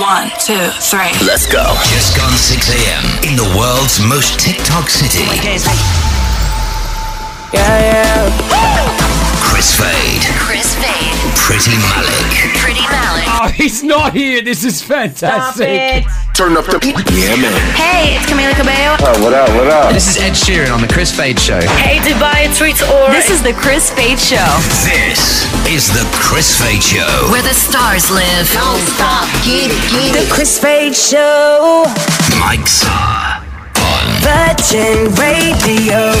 One, two, three. Let's go. Just gone 6 a.m. in the world's most TikTok city. Chris Fade, Chris Fade, Pretty Malik, Pretty Malik. Oh, he's not here. This is fantastic. Turn up the yeah, man. Hey, it's Camila Cabello. what up? What up? This is Ed Sheeran on the Chris Fade Show. Hey, Dubai Treats or. This is the Chris Fade Show, This is the Chris Fade Show. where the stars live. Don't stop, get it, get The Chris Fade Show, Mike Starr on Virgin Radio.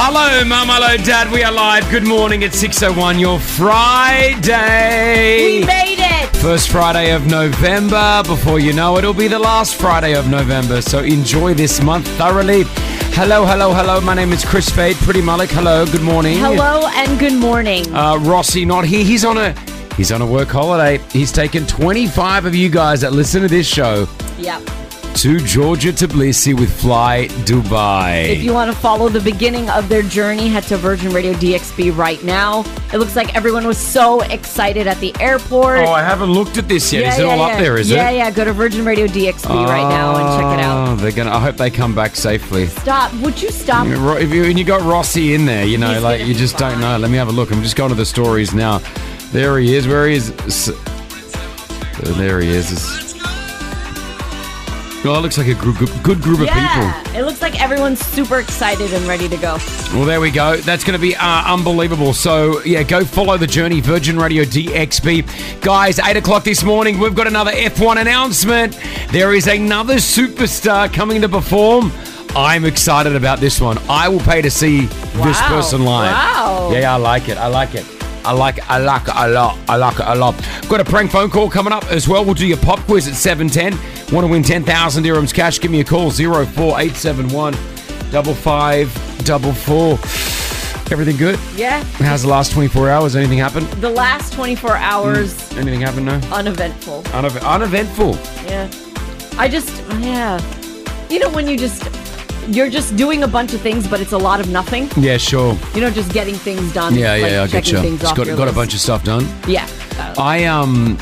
Hello, Mum. Hello, Dad. We are live. Good morning. It's 6.01, your Friday. We made it. First Friday of November. Before you know it, it'll be the last Friday of November. So enjoy this month thoroughly. Hello, hello, hello. My name is Chris Fade. Pretty Malik. Hello. Good morning. Hello and good morning. Uh, Rossi not here. He's on a he's on a work holiday. He's taken 25 of you guys that listen to this show yep. to Georgia Tbilisi with Fly Dubai. If you want to follow the beginning of their journey, head to Virgin Radio DXB right now. It looks like everyone was so excited at the airport. Oh, I haven't looked at this yet. is it all up there? Is yeah, it? Yeah, Go to Virgin Radio DXB right now and check it out. Oh, they're gonna. I hope they come back safely. Stop. Would you stop? I mean, Ro- If you, and you got Rossi in there, you know, Um, He's like gonna you be just don't fine. know. Let me have a look. I'm just going to the stories now. There he is. Where he is? S- uh, There he is. It's- Oh, it looks like a group, good- good group of people. Yeah. It looks like everyone's super excited and ready to go. Well, there we go. That's going to be uh, unbelievable. So, yeah, go follow the journey, Virgin Radio DXB. Guys, 8 o'clock this morning, we've got another F1 announcement. There is another superstar coming to perform. I'm excited about this one. I will pay to see this Wow. person live. Wow. Yeah, I like it. I like it. I like I like it a lot. I like it a lot. Got a prank phone call coming up as well. We'll do your pop quiz at 7.10. Want to win 10,000 dirhams cash? Give me a call. 04871 5544. Everything good? Yeah. How's the last 24 hours? Anything happened? The last 24 hours, Anything happened? No? uneventful. Unev- uneventful. Yeah. I just, yeah. You know, when you just, you're just doing a bunch of things, but it's a lot of nothing. Yeah, sure. You know, just getting things done. Yeah, like yeah, I get checking you. things Just off got, your got a list. bunch of stuff done. Yeah. I um,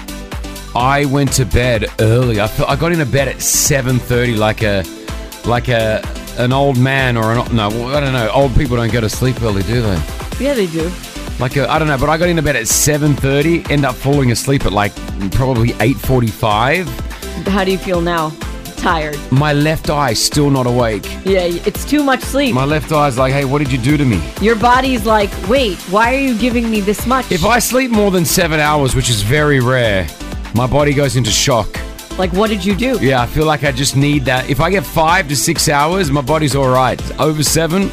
I went to bed early. I, fe- I got into bed at seven thirty, like a like a an old man or an o- no, I don't know. Old people don't go to sleep early, do they? yeah, they do. Like I I don't know, but I got into bed at seven thirty. End up falling asleep at like probably eight forty-five. How do you feel now? Tired. My left eye still not awake. Yeah, it's too much sleep. My left eye's like, hey, what did you do to me? Your body's like, wait, why are you giving me this much? If I sleep more than seven hours, which is very rare, my body goes into shock. like, what did you do? Yeah, I feel like I just need that. If I get five to six hours, my body's all right. Over seven,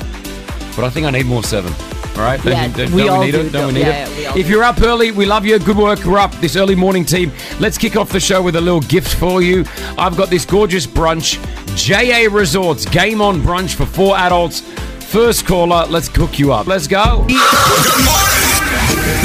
but I think I need more seven. All right? Don't, Yeah, don't- we don't all need do, it? don't- Don't we need yeah, yeah, it? we all if do. you're up early, we love you. Good work. We're up this early morning, team. Let's kick off the show with a little gift for you. I've got this gorgeous brunch, JA Resorts Game On Brunch for four adults. First caller, let's cook you up. Let's go.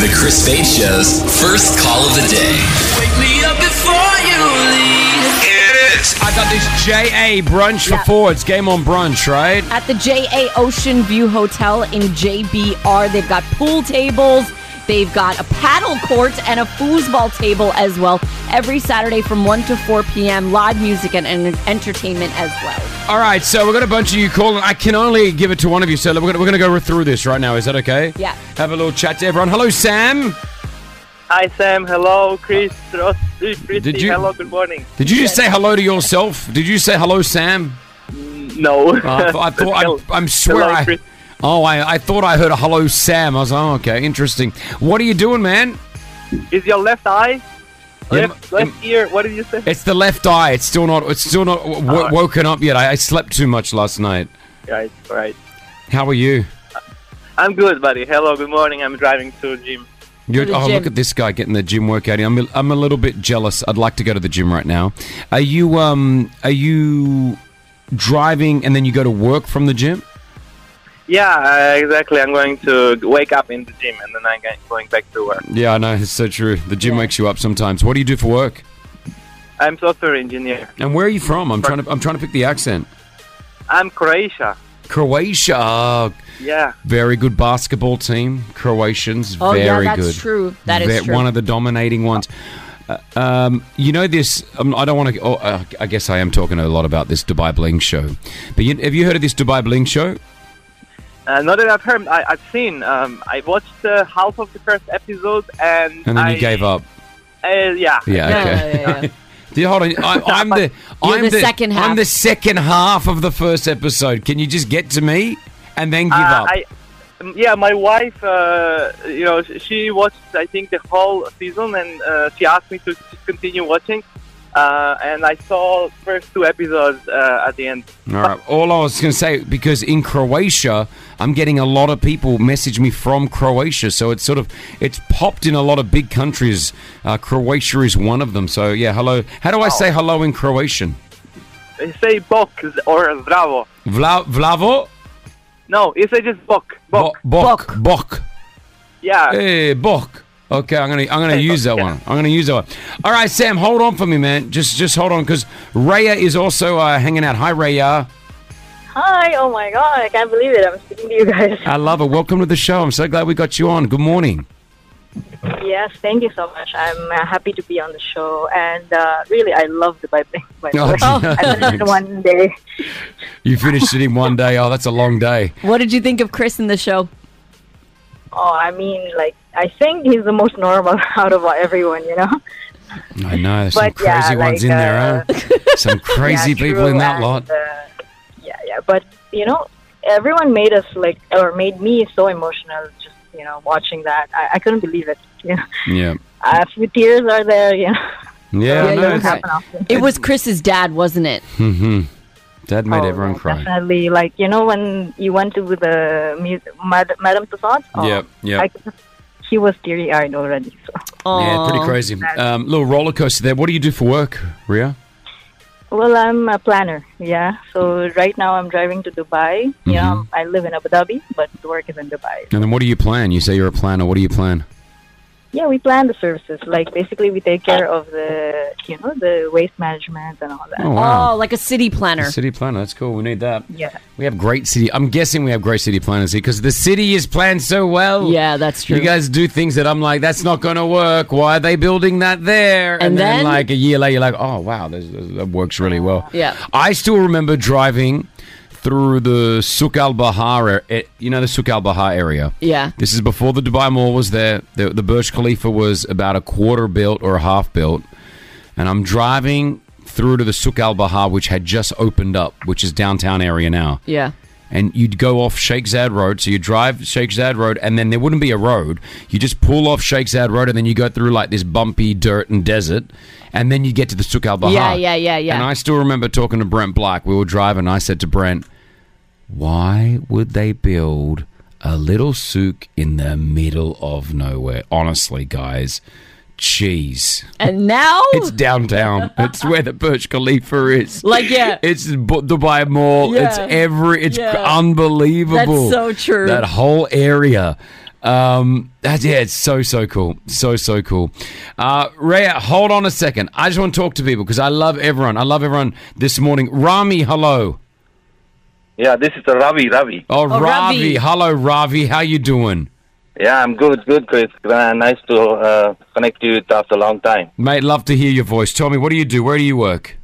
The Chris Fade Show's first call of the day. Wake me up before you leave. It is. I got this JA Brunch for Yeah. four. It's Game On Brunch, right? At the JA Ocean View Hotel in JBR, they've got pool tables. They've got a paddle court and a foosball table as well. Every Saturday from 1 to 4 p.m., live music and, and entertainment as well. All right, so we've got a bunch of you calling. I can only give it to one of you, so we're gonna, we're gonna go through this right now. Is that okay? Yeah. Have a little chat to everyone. Hello, Sam. Hi Sam, hello Chris, Ross, Christy, Did you- hello, good morning. Did you just say hello to yourself? Did you say hello, Sam? No, Uh, I thought I, I'm swear hello, I. Chris. Oh, I, I thought I heard a hello, Sam. I was like, oh, okay, interesting. What are you doing, man? is your left eye, Yeah, left, m- left ear? What did you say? It's the left eye. It's still not. It's still not w- w- Uh, woken up yet. I, I slept too much last night. Right, right. How are you? I'm good, buddy. Hello, good morning. I'm driving to gym. You're, the oh, gym. look at this guy getting the gym workout. in. I'm a, I'm a little bit jealous. I'd like to go to the gym right now. Are you um are you driving and then you go to work from the gym? Yeah, uh, exactly. I'm going to wake up in the gym and then I'm going- going back to work. Yeah, I know it's so true. The gym Yeah. wakes you up sometimes. What do you do for work? I'm software engineer. And where are you from? I'm trying to I'm trying to pick the accent. I'm Croatia. Croatia. Oh, Yeah, very good basketball team. Croatians Oh, very yeah, that's good. true. That is They're true. One of the dominating ones. Um, you know this. Um, I don't want to. Oh, uh, I guess I am talking a lot about this Dubai Bling show. But you, have you heard of this Dubai Bling show? Uh, not that I've heard, I, I've seen. Um, I watched uh, half of the first episode, and And then I, you gave up. Uh, yeah, Yeah. Okay. Do you- hold on. I, I'm the. You're I'm the second half. I'm the second half of the first episode. Can you just get to me and then give Uh, up? I, um, yeah, my wife, uh, you know, sh- she watched I think the whole season, and uh, she asked me to just continue watching. Uh, and I saw first two episodes uh, at the end. All right. All I was going to say, because in Croatia, I'm getting a lot of people message me from Croatia. So it's sort of it's popped in a lot of big countries. Uh, Croatia is one of them. So yeah, hello. How do I say hello in Croatian? They say bok or zdravo. Vla- Vlavo? No, it's just bok. Bok. Bok. Bok. Yeah. Hey, Bok. Okay, I'm gonna I'm gonna use that one. I'm gonna use that one. All right, Sam, hold on for me, man. Just just hold on, because Raya is also uh, hanging out. Hi, Raya. Hi, oh my god, I can't believe it. I'm speaking to you guys. I love it. Welcome to the show. I'm so glad we got you on. Good morning. Yes, thank you so much. I'm uh, happy to be on the show. And uh, really, I love the Bible. By the Oh, way. yeah. I learned one day. You finished it in one day. Oh, that's a long day. What did you think of Chris in the show? Oh, I mean, like, I think he's the most normal out of everyone, you know? I know. There's some But, yeah, crazy ones like, uh, in there, huh? Some crazy Yeah, people true, in that and, lot. uh, yeah, yeah. But, you know, everyone made us, like, or made me so emotional just, you know, watching that. I, I couldn't believe it. You know, Yeah. a few tears are there, you know. Yeah, I it know. doesn't it's- happen often. It was Chris's dad, wasn't it? Mhm. That made everyone cry. Oh, Definitely, like you know, when you went to the mu- Mad- Madame Tussauds, oh, Yep, yep. I could- he was teary-eyed already. So, Yeah, pretty crazy. Um, little roller coaster there. What do you do for work, Ria? Well, I'm a planner, yeah. So right now I'm driving to Dubai. Yeah, um, Mhm. I live in Abu Dhabi, but the work is in Dubai. And then what do you plan? You say you're a planner. What do you plan? Yeah, we plan the services. Like basically, we take care of the you know the waste management and all that. Oh, wow. Oh, like a city planner. City planner. That's cool. We need that. Yeah. We have great city. I'm guessing we have great city planners here because the city is planned so well. Yeah, that's true. You guys do things that I'm like, that's not going to work. Why are they building that there? And, And then, then- like a year later, you're like, oh wow, this, this- that works really well. Yeah. I still remember driving through the Souk Al Bahar, e- you know, the Souk Al Bahar area. Yeah. This is before the Dubai Mall was there. The, the Burj Khalifa was about a quarter built or a half built. And I'm driving through to the Souk Al Bahar, which had just opened up, which is downtown area now. Yeah. And you'd go off Sheikh Zayed Road. So you drive Sheikh Zayed Road, and then there wouldn't be a road. You just pull off Sheikh Zayed Road, and then you go through like this bumpy dirt and desert. And then you get to the Souk Al Bahar. Yeah, yeah, yeah, yeah. And I still remember talking to Brent Black. We were driving. I said to Brent, why would they build a little souk in the middle of nowhere? Honestly, guys, jeez. And now It's downtown. It's where the Burj Khalifa is. Like, yeah. it's Bu- Dubai Mall. Yeah. It's every. It's Yeah. unbelievable. That's so true. That whole area. Um, that's yeah. It's so so cool. So so cool. Uh, Rhea, hold on a second. I just want to talk to people because I love everyone. I love everyone this morning. Rami, hello. Yeah, this is Ravi. Ravi. Oh, Oh, Ravi. Ravi. Hello, Ravi. How you doing? Yeah, I'm good, good, Chris. Uh, nice to uh, connect you after a long time. Mate, love to hear your voice. Tell me, what do you do? Where do you work?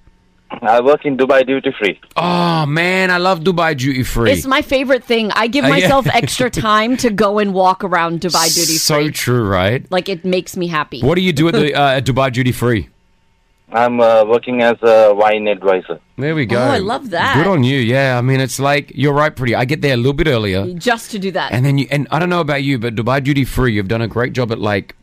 I work in Dubai duty free. Oh man, I love Dubai duty free. it's my favorite thing. I give Uh, yeah. myself extra time to go and walk around Dubai duty. so true, right? Like it makes me happy. What do you do at the uh, at Dubai duty free? I'm uh, working as a wine advisor. There we go. Oh, I love that. Good on you. Yeah, I mean, it's like you're right, pretty. I get there a little bit earlier, just to do that. and then you and I don't know about you, but Dubai duty free, you've done a great job at like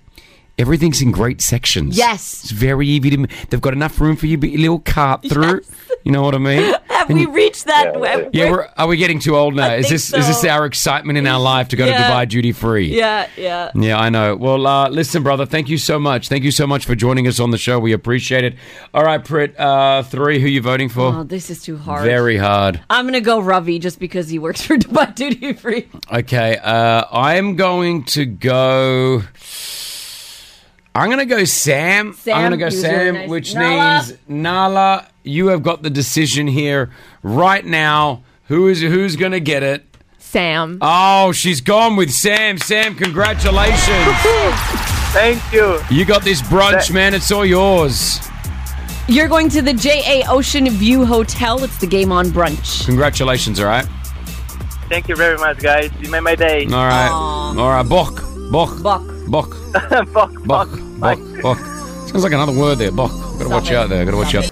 everything's in great sections. Yes. it's very easy to. They've got enough room for you, but your little cart through. You know what I mean? Have we reached that? Yeah, Yeah, we're, are we getting too old now? is this is this our excitement in our life to go to Yeah. Dubai duty free? yeah, yeah. Yeah, I know. Well, uh, listen, brother, thank you so much. Thank you so much for joining us on the show. We appreciate it. All right, Prit, uh, three, who you voting Oh, for? this is too hard. Very hard. I'm gonna go Ravi just because he works for Dubai Duty Free. Okay, uh, I'm going to go. I'm going to go Sam. I'm Sam, going to go he was Sam, really nice. which Nala. means Nala, you have got the decision here right now. Who is who's going to get it? Sam. Oh, she's gone with Sam. Sam, congratulations. Thank you. You got this brunch, man. It's all yours. You're going to the JA Ocean View Hotel. It's the game on brunch. Congratulations, all right? Thank you very much, guys. You made my day. All right. All right. Bok. Bok. Bok. Bok. Bok. Bok. Bok. Bok. Sounds like another word there. Bok. Gotta watch out there. Gotta watch out.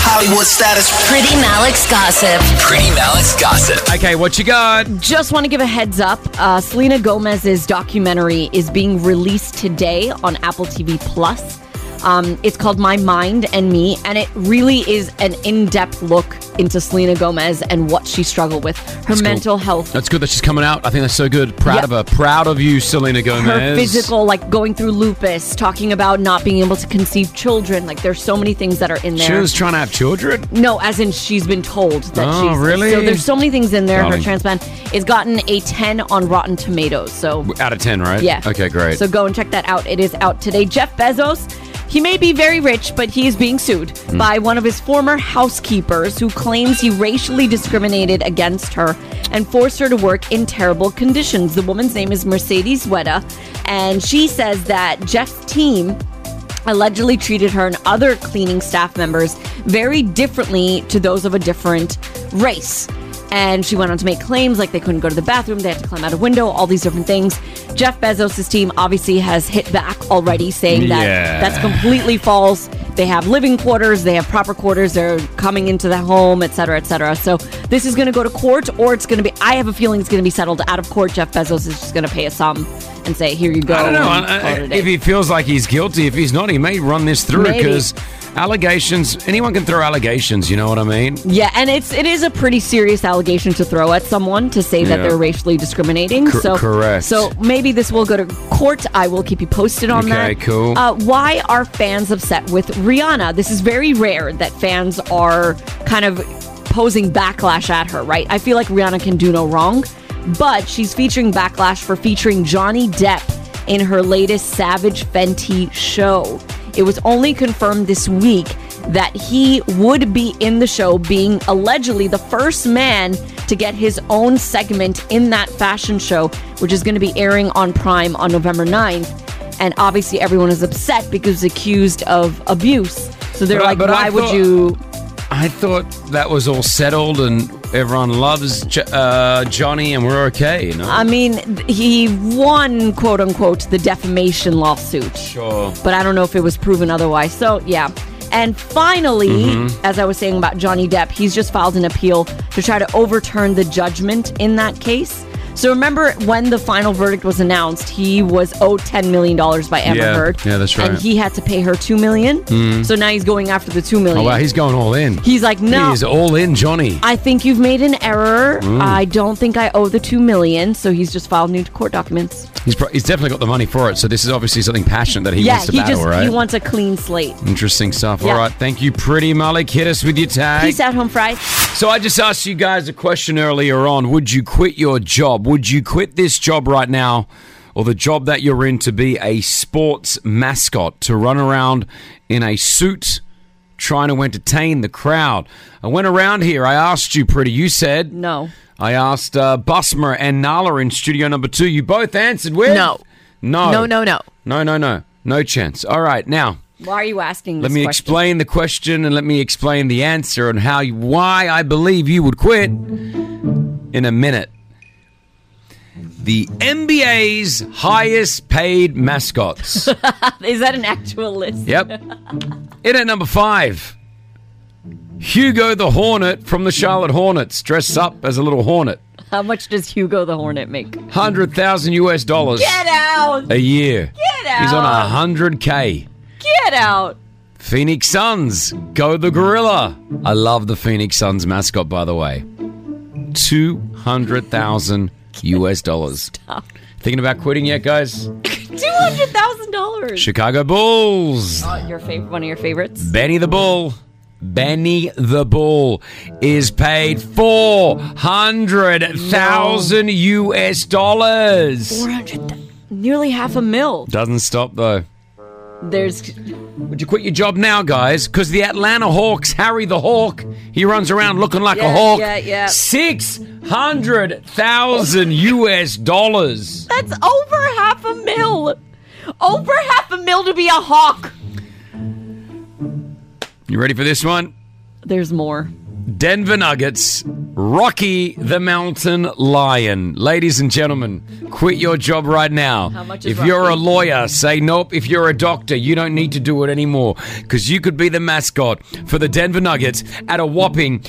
Hollywood status. Pretty Malik's gossip. Pretty Malik's gossip. Okay, what you got? Just want to give a heads up. Uh, Selena Gomez's documentary is being released today on Apple TV Plus. Um, it's called My Mind and Me, and it really is an in-depth look into Selena Gomez and what she struggled with, her That's cool. mental health, That's good that she's coming out. I think that's so good. Proud Yeah. of her. Proud of you, Selena Gomez. her physical, like going through lupus, talking about not being able to conceive children. Like there's so many things that are in there. She was trying to have children. No, as in she's been told that Oh, she's really? So there's so many things in there. Darling. Her transplant has gotten a 10 on Rotten Tomatoes. So Out of 10, right? Yeah. Okay, great. So go and check that out. It is out today. Jeff Bezos, he may be very rich, but he is being sued Hmm. by one of his former housekeepers who claims he racially discriminated against her and forced her to work in terrible conditions. The woman's name is Mercedes Weta, and she says that Jeff's team allegedly treated her and other cleaning staff members very differently to those of a different race. And she went on to make claims like they couldn't go to the bathroom, they had to climb out a window, all these different things. Jeff Bezos' team obviously has hit back already, saying that Yeah. that's completely false. They have living quarters, they have proper quarters, they're coming into the home, et cetera, et cetera. So this is going to go to court, or it's going to be, I have a feeling it's going to be settled out of court. Jeff Bezos is just going to pay a sum and say, here you go. I don't know. and I- I- call it a day. uh, if he feels like he's guilty, if he's not, he may run this through Maybe. because allegations, anyone can throw allegations, you know what I mean? Yeah, and it's it is a pretty serious allegation to throw at someone to say that Yeah. they're racially discriminating. Cor- so correct. So maybe this will go to court. I will keep you posted on Okay, that. cool. Uh, why are fans upset with Rihanna? This is very rare that fans are kind of posing backlash at her, right? I feel like Rihanna can do no wrong, but she's featuring backlash for featuring Johnny Depp in her latest Savage Fenty show. It was only confirmed this week that he would be in the show, being allegedly the first man to get his own segment in that fashion show, which is going to be airing on Prime on November 9th and obviously everyone is upset because he's accused of abuse. So they're But I- like, but I why would thought- you? I thought that was all settled and everyone loves J- uh, Johnny and we're okay, you know? I mean, th- he won, quote unquote, the defamation lawsuit. Sure. But I don't know if it was proven otherwise. So, yeah. And finally, Mhm. as I was saying about Johnny Depp, he's just filed an appeal to try to overturn the judgment in that case. So remember when the final verdict was announced, he was owed $10 million by Amber Yeah. Heard. Yeah, that's right. And he had to pay her $2 million. Mhm. So now he's going after the $2 million. Oh, wow, he's going all in. He's like, no. He is all in, Johnny. I think you've made an error. Mm. I don't think I owe the two million, so he's just filed new court documents. He's, pro- he's definitely got the money for it, so this is obviously something passionate that he yeah, wants to he battle, just right? he wants a clean slate. Interesting stuff. Yeah. All right, thank you, Pretty Malik. Hit us with your tag. Peace out, home fries. So I just asked you guys a question earlier on. Would you quit your job? Would you quit this job right now or the job that you're in to be a sports mascot, to run around in a suit trying to entertain the crowd? I went around here. I asked you, pretty. You said no. I asked uh, Busmer and Nala in studio number two. You both answered with No. No. No, no, no. No, no, no. No chance. All right, now. Why are you asking this Let me question? explain the question and let me explain the answer and how you, why I believe you would quit in a minute. The NBA's highest paid mascots. Is that an actual list? Yep. In at number five, Hugo the Hornet from the Charlotte Hornets, dressed up as a little hornet. How much does Hugo the Hornet make? 100,000 US dollars Get out! a year. Get He's on out. 100K. Get out! Phoenix Suns, go the gorilla. I love the Phoenix Suns mascot, by the way. 200,000 US dollars. Thinking about quitting yet, guys? Two hundred thousand dollars. Oh, Chicago Bulls. Your favorite, one of your favorites. Benny the Bull. Benny the Bull is paid 400,000 US dollars. Four hundred, nearly half a mil. Doesn't stop though. There's Would you quit your job now, guys? Because the Atlanta Hawks, Harry the Hawk, he runs around looking like a Yeah, hawk. yeah, yeah. Six hundred thousand US dollars. That's over half a mil. Over half a mil to be a hawk. You ready for this one? There's more. Denver Nuggets, Rocky the Mountain Lion. Ladies and gentlemen, quit your job right now. How much is if you're a Rocky? lawyer, say nope. If you're a doctor, you don't need to do it anymore because you could be the mascot for the Denver Nuggets at a whopping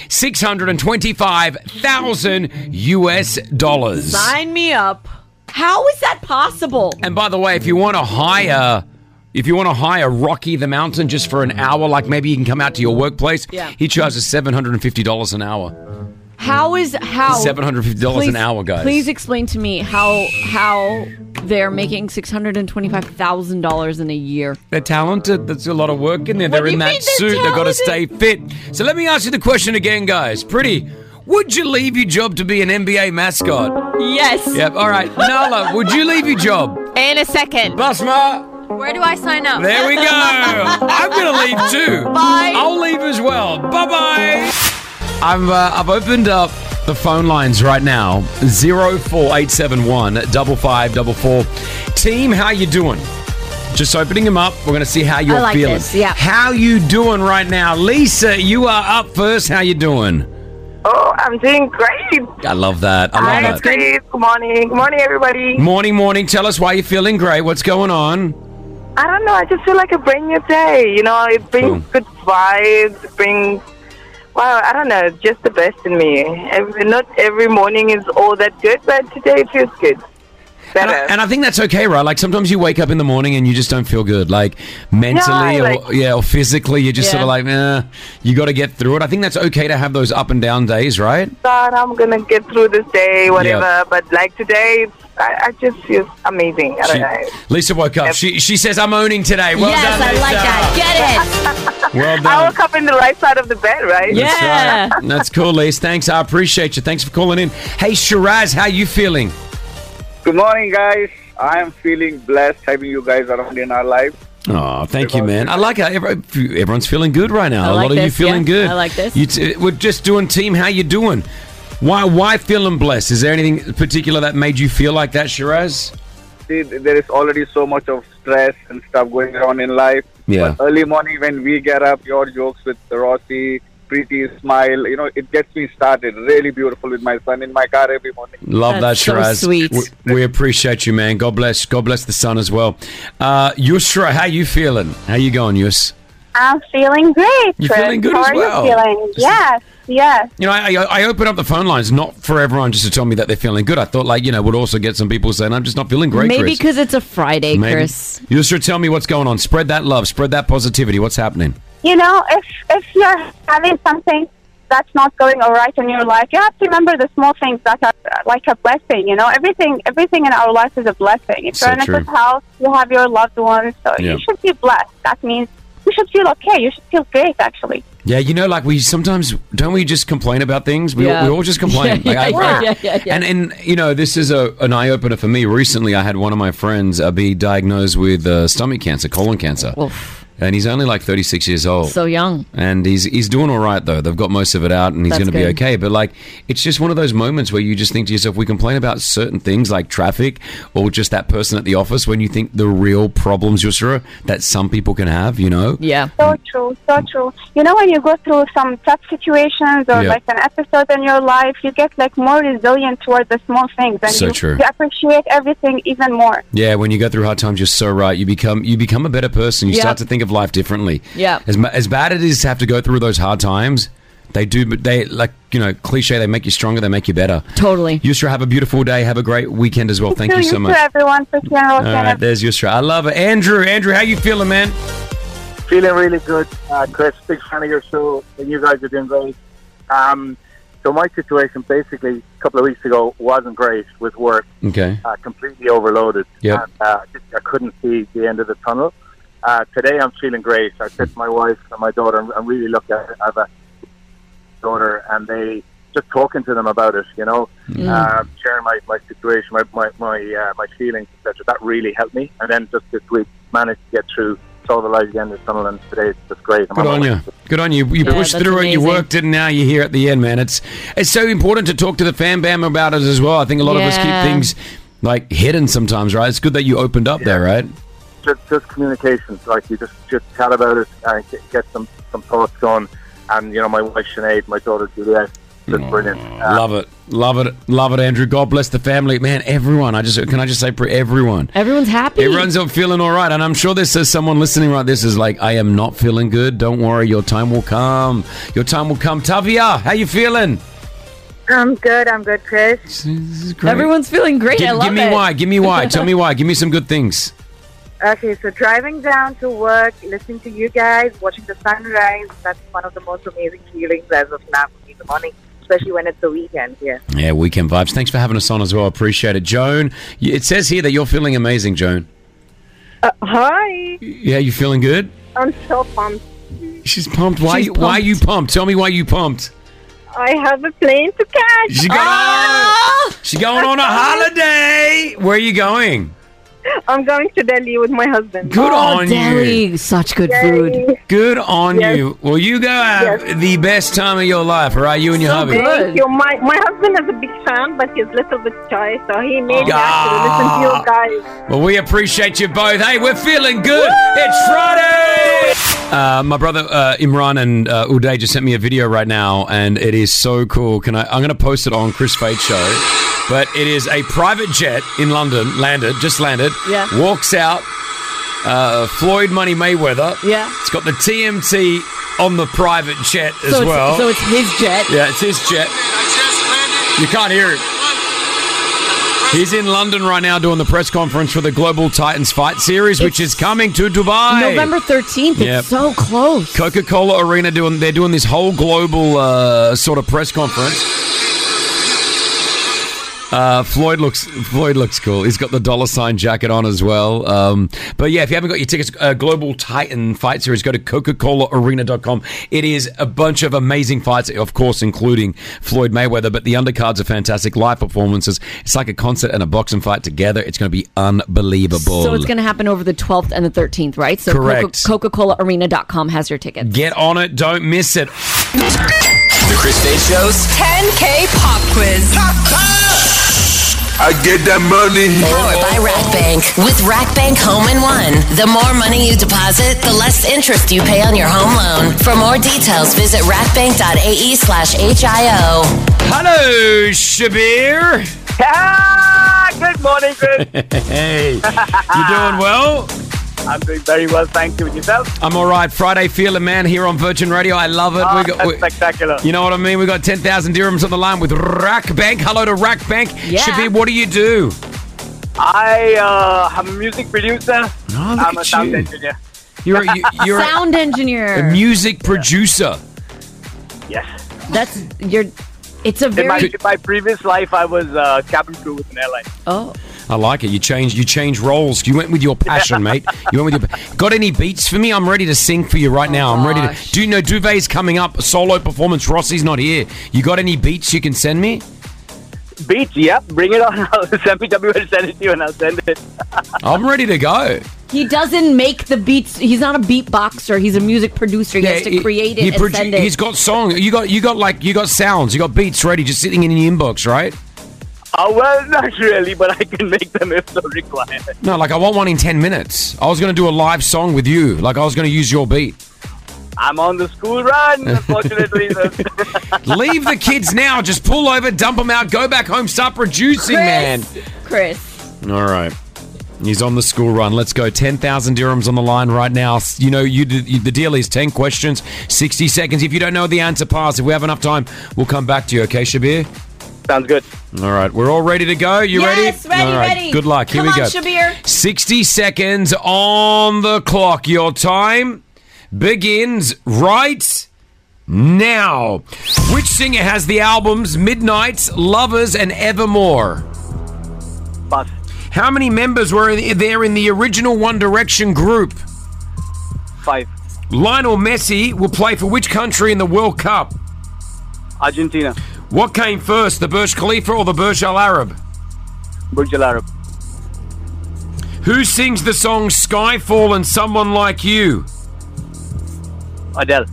625,000 US dollars. Sign me up. How is that possible? And by the way, if you want to hire, if you want to hire Rocky the Mountain just for an hour, like maybe he can come out to your workplace, Yeah. he charges seven hundred and fifty dollars an hour. How is how Seven hundred fifty dollars an Please- hour, guys. Please explain to me how how they're making six hundred and twenty five thousand dollars in a year. They're talented. There's a lot of work in there. What They're do in you that mean they're suit. They've got to stay talented? fit. So let me ask you the question again, guys. Pretty, would you leave your job to be an NBA mascot? Yes. Yep. All right. Nala, would you leave your job? In a second. Basma, Where do I sign up? there we go. I'm gonna leave too. Bye. I'll leave as well. Bye bye. I've uh, I've opened up the phone lines right now. Zero four eight seven one double five double four. Team, how you doing? Just opening them up. We're gonna see how you're I like feeling. this, yeah. How you doing right now, Lisa? You are up first. How you doing? Oh, I'm doing great. I love that. I Hi, love that. Chris. Good morning. Good morning, everybody. Morning, morning. Tell us why you're feeling great. What's going on? I don't know. I just feel like a brand new day. You know, it brings good vibes. It brings, wow, I don't know, just the best in me. Every, not every morning is all that good, but today it feels good. And I, and I think that's okay, right? Like sometimes you wake up in the morning and you just don't feel good, like mentally Yeah, like- or yeah, or physically. You're just sort Yeah. of like, nah, you got to get through it. I think that's okay to have those up and down days, right? God, I'm going to get through this day, whatever. Yeah. But like today, it's, I, I just feel amazing. I don't She- know. Lisa woke up. She she says, "I'm owning today." Well Yes, done, I Lisa. like that. Get it. well I done. woke up in the right side of the bed, right? That's right. That's cool, Lisa. Thanks. I appreciate you. Thanks for calling in. Hey, Shiraz, how you feeling? Good morning, guys. I am feeling blessed having you guys around in our life. Oh, thank you, man. I like how every- everyone's feeling good right now. I A like lot of you this, feeling yeah. good. I like this. You t- we're just doing team. How you doing? Why? Why feeling blessed? Is there anything particular that made you feel like that, Shiraz? See, there is already so much of stress and stuff going on in life. Yeah. Early morning when we get up, your jokes with Rossi, pretty smile, you know, it gets me started. Really beautiful with my son in my car every morning. Love that, Shiraz. We, we appreciate you, man. God bless. God bless the sun as well. Uh, Yusra, how you feeling? How you going, Yus? I'm feeling great. You're Chris. feeling good How as are well. you feeling? Yes, yes. You know, I, I I open up the phone lines not for everyone just to tell me that they're feeling good. I thought, like, you know, would also get some people saying, "I'm just not feeling great." Maybe Chris." because it's a Friday, Maybe. Chris. You should tell me what's going on. Spread that love. Spread that positivity. What's happening? You know, if if you're having something that's not going all right in your life, you have to remember the small things that are uh, like a blessing. You know, everything everything in our life is a blessing. If So you're in true. a good health, you have your loved ones, so Yeah. you should be blessed. That means you should feel okay. You should feel great, actually. Yeah, you know, like we sometimes don't we just complain about things? We, Yeah. we all just complain. Yeah, Like, I- yeah, I- yeah, yeah, yeah. And and you know, this is a an eye opener for me. Recently, I had one of my friends uh, be diagnosed with uh, stomach cancer, colon cancer, and he's only like thirty six years old. So young. and he's he's doing all right though. They've got most of it out, and he's That's going to be good. okay. But like, it's just one of those moments where you just think to yourself, we complain about certain things like traffic or just that person at the office. When you think the real problems, you're sure that some people can have, you know, Yeah. So true, so true. You know, when you go through some tough situations or Yeah. like an episode in your life, you get like more resilient towards the small things, and So you, true. you appreciate everything even more. Yeah, when you go through hard times, you're so right. You become you become a better person. You Yeah. start to think of life differently. Yeah. As ma- as bad it is to have to go through those hard times, they do. But they like you know cliche. They make you stronger. They make you better. Totally. Yusra, have a beautiful day. Have a great weekend as well. Thank so you so to much. everyone for All right, there's Yusra. I love it. Andrew, Andrew, how you feeling, man? Feeling really good, uh, Chris. Big fan of your show, and you guys are doing great. Um, so my situation, basically, a couple of weeks ago, wasn't great with work. Okay. Uh, completely overloaded. Mm. Yep. And, uh, just, I couldn't see the end of the tunnel. Uh, today, I'm feeling great. I said to my wife and my daughter, I'm, I'm really lucky. I have a daughter, and they just talking to them about it. You know, Mm. um, sharing my, my situation, my my my, uh, my feelings, etc. That really helped me. And then just this week, managed to get through. Saw the light at the end of the tunnel, and today it's just great. I'm Good on my- you. Good on you. You Yeah, pushed that's through it. You amazing. worked it, and now you're here at the end, man. It's it's so important to talk to the fan bam about it as well. I think a lot of us keep Yeah. things like hidden sometimes, right? It's good that you opened up there, right? just, just communications. Like you just just chat about it and get, get some some thoughts going. And you know, my wife Sinead, my daughter Juliet, just brilliant. Uh, Love it, love it, love it, Andrew. God bless the family, man. Everyone, I just can I just say for everyone, Everyone's happy. everyone's up feeling all right, and I'm sure this is someone listening right. This is like, I am not feeling good. Don't worry, your time will come. Your time will come. Tavia, how you feeling? I'm good. I'm good, Chris. This is great. Everyone's feeling give, give me why. Give me why. Tell me why. Give me some good things. Okay, so driving down to work, listening to you guys, watching the sunrise, that's one of the most amazing feelings as of now in the morning, especially when it's the weekend, yeah. Yeah, weekend vibes. Thanks for having us on as well. Appreciate it, Joan. y- It says here that you're feeling amazing, Joan. Uh, hi. Yeah, you feeling good? I'm so pumped. She's pumped. Why? She's Why are you pumped? Tell me why you pumped. I have a plane to catch. Ah! She going on. She going on a holiday. Where are you going? I'm going to Delhi with my husband. Good Oh, on you. Such good food. Good on Yes. you. Well, you go have the best time of your life, all right? You and your hubby. Thank you. My, my husband is a big fan, but he's a little bit shy, so he made me actually listen to you guys. Well, we appreciate you both. Hey, we're feeling good. It's Friday. Uh, my brother uh, Imran and uh, Uday just sent me a video right now, and it is so cool. Can I? I'm going to post it on Chris Fade Show. But it is a private jet in London, landed, just landed. Yeah. Walks out. Uh, Floyd Money Mayweather. Yeah. It's got the TMT on the private jet as so it's, well. So it's his jet. Yeah, it's his jet. You can't hear it. He's in London right now doing the press conference for the Global Titans Fight Series, which is coming to Dubai. November 13th. Yep. It's so close. Coca Cola Arena doing they're doing this whole global uh, sort of press conference. Uh, Floyd looks Floyd looks cool. He's got the dollar sign jacket on as well. Um, but yeah, if you haven't got your tickets, uh, Global Titan Fight Series, go to CocaColaArena.com. It is a bunch of amazing fights, of course, including Floyd Mayweather. But the undercards are fantastic. Live performances. It's like a concert and a boxing fight together. It's going to be unbelievable. So it's going to happen over the 12th and the 13th, right? So Correct. Coca Cola Arena.com has your tickets. Get on it. Don't miss it. The Chris Fade Show's 10K pop quiz. I get that money. Powered by Rackbank. With Rackbank Home in One, the more money you deposit, the less interest you pay on your home loan. For more details, visit rackbank.ae slash HIO. Hello, Shabir. Ah, good morning, Chris. hey, you doing well? I'm doing very well, thank you. And yourself? I'm all right. Friday feeling, man, here on Virgin Radio. I love it. Ah, we got, that's we- spectacular. you know what I mean? We've got 10,000 dirhams on the line with Rack Bank. Hello to Rack Bank. Yeah. Shabir, what do you do? I uh, am a music producer. Oh, look I'm a at sound you. engineer. You're, a- you, you're a, Sound a engineer. music producer. Yes. That's your. It's a In my, very. in my previous life, I was uh, cabin crew with an airline. Oh. I like it. You change you change roles. You went with your passion, mate. You went with your Got any beats for me? I'm ready to sing for you Oh, right now. I'm ready to Do you know Duvet's coming up? Solo performance. Rossi's not here. You got any beats you can send me? Beats, yep. Bring it on. I'll send me W and send it to you, and I'll send it. I'm ready to go. He doesn't make the beats. He's not a beatboxer. He's a music producer. He has to he- create it he and produ- send it. He's got song. You got you got like you got sounds. You got beats ready, just sitting in your inbox, right? Oh, well, not really, but I can make them if so required. No, like I want one in ten minutes. I was gonna do a live song with you. Like I was gonna use your beat. I'm on the school run, unfortunately. so- Leave the kids now. Just pull over, dump them out, go back home, start producing, man. Chris. All right. He's on the school run. Let's go. 10,000 dirhams on the line right now. S- You know, you, d- you the deal is 10 questions, 60 seconds. If you don't know the answer, pass. If we have enough time, we'll come back to you, okay, Shabir? Sounds good. All right. We're all ready to go. You Yes, ready? ready, All right. ready. Good luck. Here Come we on, go. Shabir. 60 seconds on the clock. Your time begins right now. Which singer has the albums Midnights, Lovers, and Evermore? Pass. How many members were there in the original One Direction group? Five. Lionel Messi will play for which country in the World Cup? Argentina. What came first, the Burj Khalifa or the Burj Al Arab? Burj Al Arab. Who sings the song Skyfall and Someone Like You? Adele.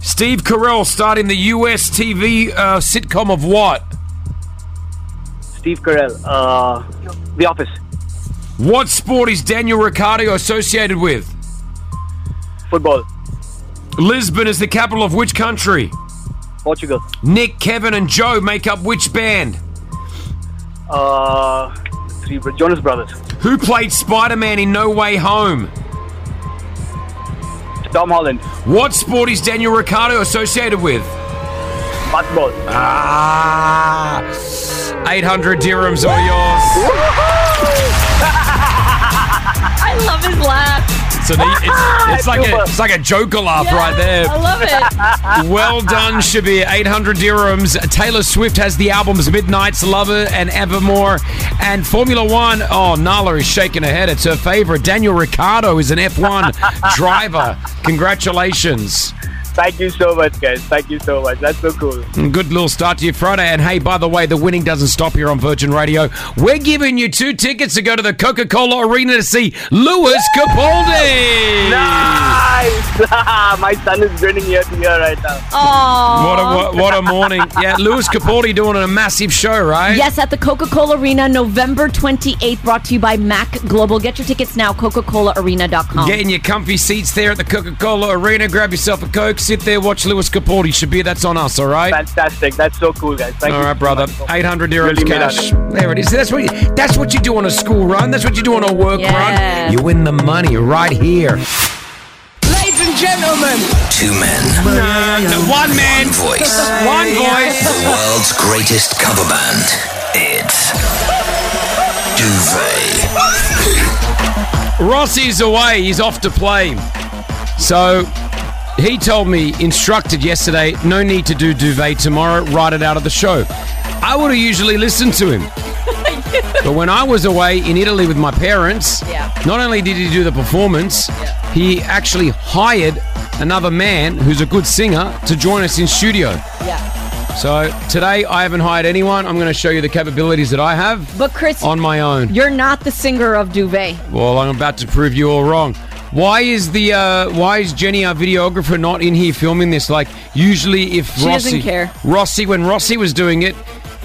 Steve Carell starred in the US TV uh, sitcom of what? Steve Carell. Uh, the Office. What sport is Daniel Ricciardo associated with? Football. Lisbon is the capital of which country? Portugal. Nick, Kevin, and Joe make up which band? Uh, three bro- Jonas Brothers. Who played Spider Man in No Way Home? Tom Holland. What sport is Daniel Ricciardo associated with? Basketball. Ah! 800 dirhams are yours. I love his laugh. So they, Ah, it's, it's like a it's like a joker laugh right there. I love it. Well done, Shabir. 800 dirhams. Taylor Swift has the albums Midnight's Lover and Evermore. And Formula One, oh, Nala is shaking her head. It's her favorite. Daniel Ricciardo is an F1 driver. Congratulations. Thank you so much, guys. Thank you so much. That's so cool. Good little start to your Friday. And hey, by the way, the winning doesn't stop here on Virgin Radio. We're giving you two tickets to go to the Coca Cola Arena to see Lewis Capaldi. Nice! My son is grinning ear to ear right now. Oh. What a, what, what a morning. Yeah, Lewis Capaldi doing a massive show, right? Yes, at the Coca Cola Arena, November 28th, brought to you by Mac Global. Get your tickets now, CocaColaArena.com. Get in your comfy seats there at the Coca Cola Arena. Grab yourself a Coke, sit there, watch Lewis Capaldi. Shabir, that's on us, all right? Fantastic. That's so cool, guys. Thank All you. right, brother. Eight hundred dirhams Really made cash. There it is. That's what you, that's what you do on a school run. That's what you do on a work Yes. run. You win the money right here. Ladies and gentlemen, Two men, one man, voice. one voice. The world's greatest cover band. It's Duvet. Rossi's away. He's off to play. So he told me, instructed yesterday, no need to do duvet tomorrow. Write it out of the show. I would have usually listened to him. But when I was away in Italy with my parents, Yeah. not only did he do the performance, he actually hired another man who's a good singer to join us in studio. Yeah. So today I haven't hired anyone. I'm going to show you the capabilities that I have But Chris, on my own. you're not the singer of Duvet. Well, I'm about to prove you all wrong. Why is the uh, why is Jenny our videographer not in here filming this? Like usually, if She doesn't Rossi, care. Rossi when Rossi was doing it,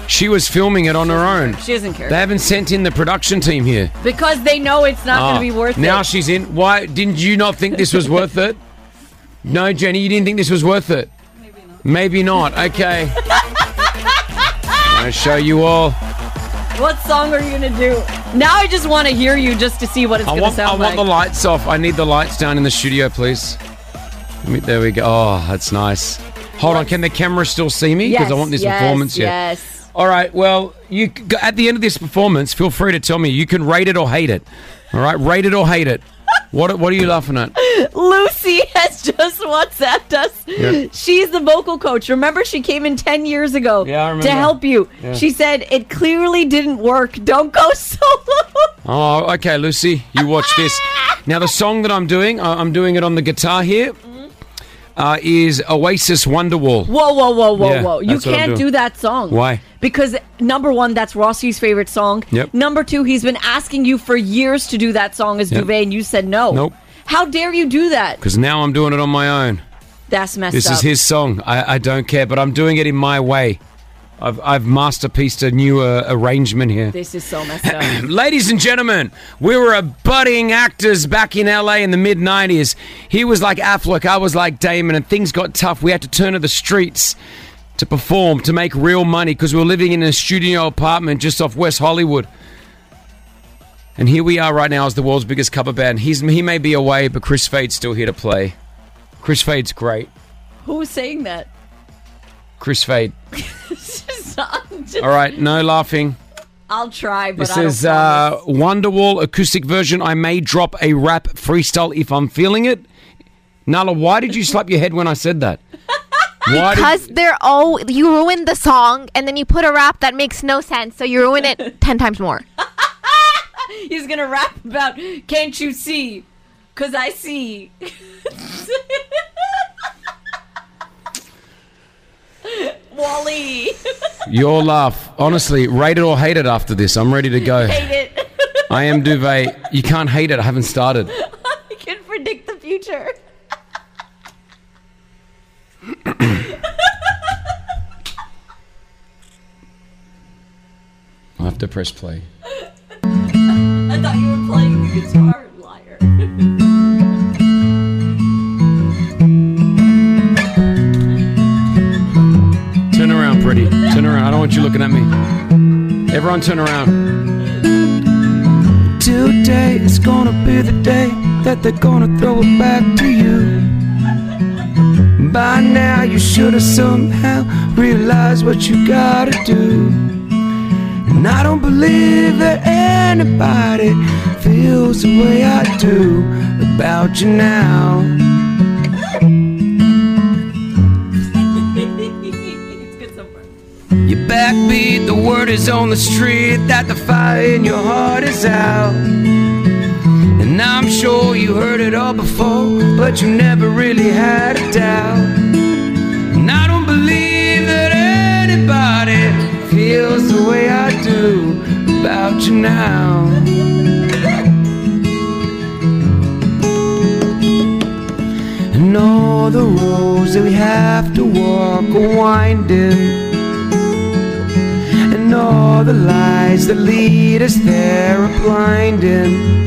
she was filming it on her own. She doesn't care. They haven't sent in the production team here. Because they know it's not Ah, going to be worth now it. she's in. Why didn't you not think this was worth it? No, Jenny, you didn't think this was worth it. Maybe not. Okay. I'm gonna show you all. What song are you going to do? Now I just want to hear you just to see what it's I going to want, I sound want like. the lights off. I need the lights down in the studio, please. Let me- There we go. Oh, that's nice. Hold on. Can the camera still see me? Because I want this performance here. Yes. All right. Well, you c- at the end of this performance, feel free to tell me. You can rate it or hate it. All right, rate it or hate it. What What are you laughing at? Lucy has just WhatsApped us. Yeah. She's the vocal coach. Remember, she came in 10 years ago Yeah, I remember. to help you. Yeah. She said, It clearly didn't work. Don't go solo. Oh, okay, Lucy. You watch this. Now the song that I'm doing, I- I'm doing it on the guitar here. Uh, is Oasis Wonderwall. Whoa, whoa, whoa, whoa, Yeah, whoa. You that's what I'm can't doing. do that song. Why? Because number one, that's Rossi's favorite song. Yep. Number two, he's been asking you for years to do that song as Yep. Duvet, and you said no. Nope. How dare you do that? Because now I'm doing it on my own. That's messed This up. is his song. I, I don't care, but I'm doing it in my way. I've, I've masterpieced a new uh, arrangement here. This is so messed up. Ladies and gentlemen, we were a budding actors back in LA in the mid 90s. He was like Affleck, I was like Damon, and things got tough. We had to turn to the streets to perform, to make real money, because we were living in a studio apartment just off West Hollywood. And here we are right now as the world's biggest cover band. He's, he may be away, but Chris Fade's still here to play. Chris Fade's great. Who was saying that? Chris Fade. It's just- I'm just- All right, no laughing. I'll try, but This I don't is uh, Wonderwall acoustic version. I may drop a rap freestyle if I'm feeling it. Nala, why did you slap your head when I said that? Why Because they're all you ruined the song, and then you put a rap that makes no sense, so you ruin it ten times more. He's gonna rap about "Can't you see?" Cause I see. Wally, did your laugh? Honestly, rate it or hate it after this. I'm ready to go. hate it. I am duvet. You can't hate it. I haven't started. I can predict the future. I have to press play. I thought you were playing the guitar, liar. Turn around, pretty. Turn around. I don't want you looking at me. Everyone, turn around. Today is gonna be the day that they're gonna throw it back to you. By now, you should have somehow realized what you gotta do. And I don't believe that anybody feels the way I do about you now. You backbeat, the word is on the street that the fire in your heart is out. And I'm sure you heard it all before, but you never really had a doubt. And I don't believe that anybody feels the way I do about you now. And all the roads that we have to walk are winding. And all the lies that lead us there are blinding.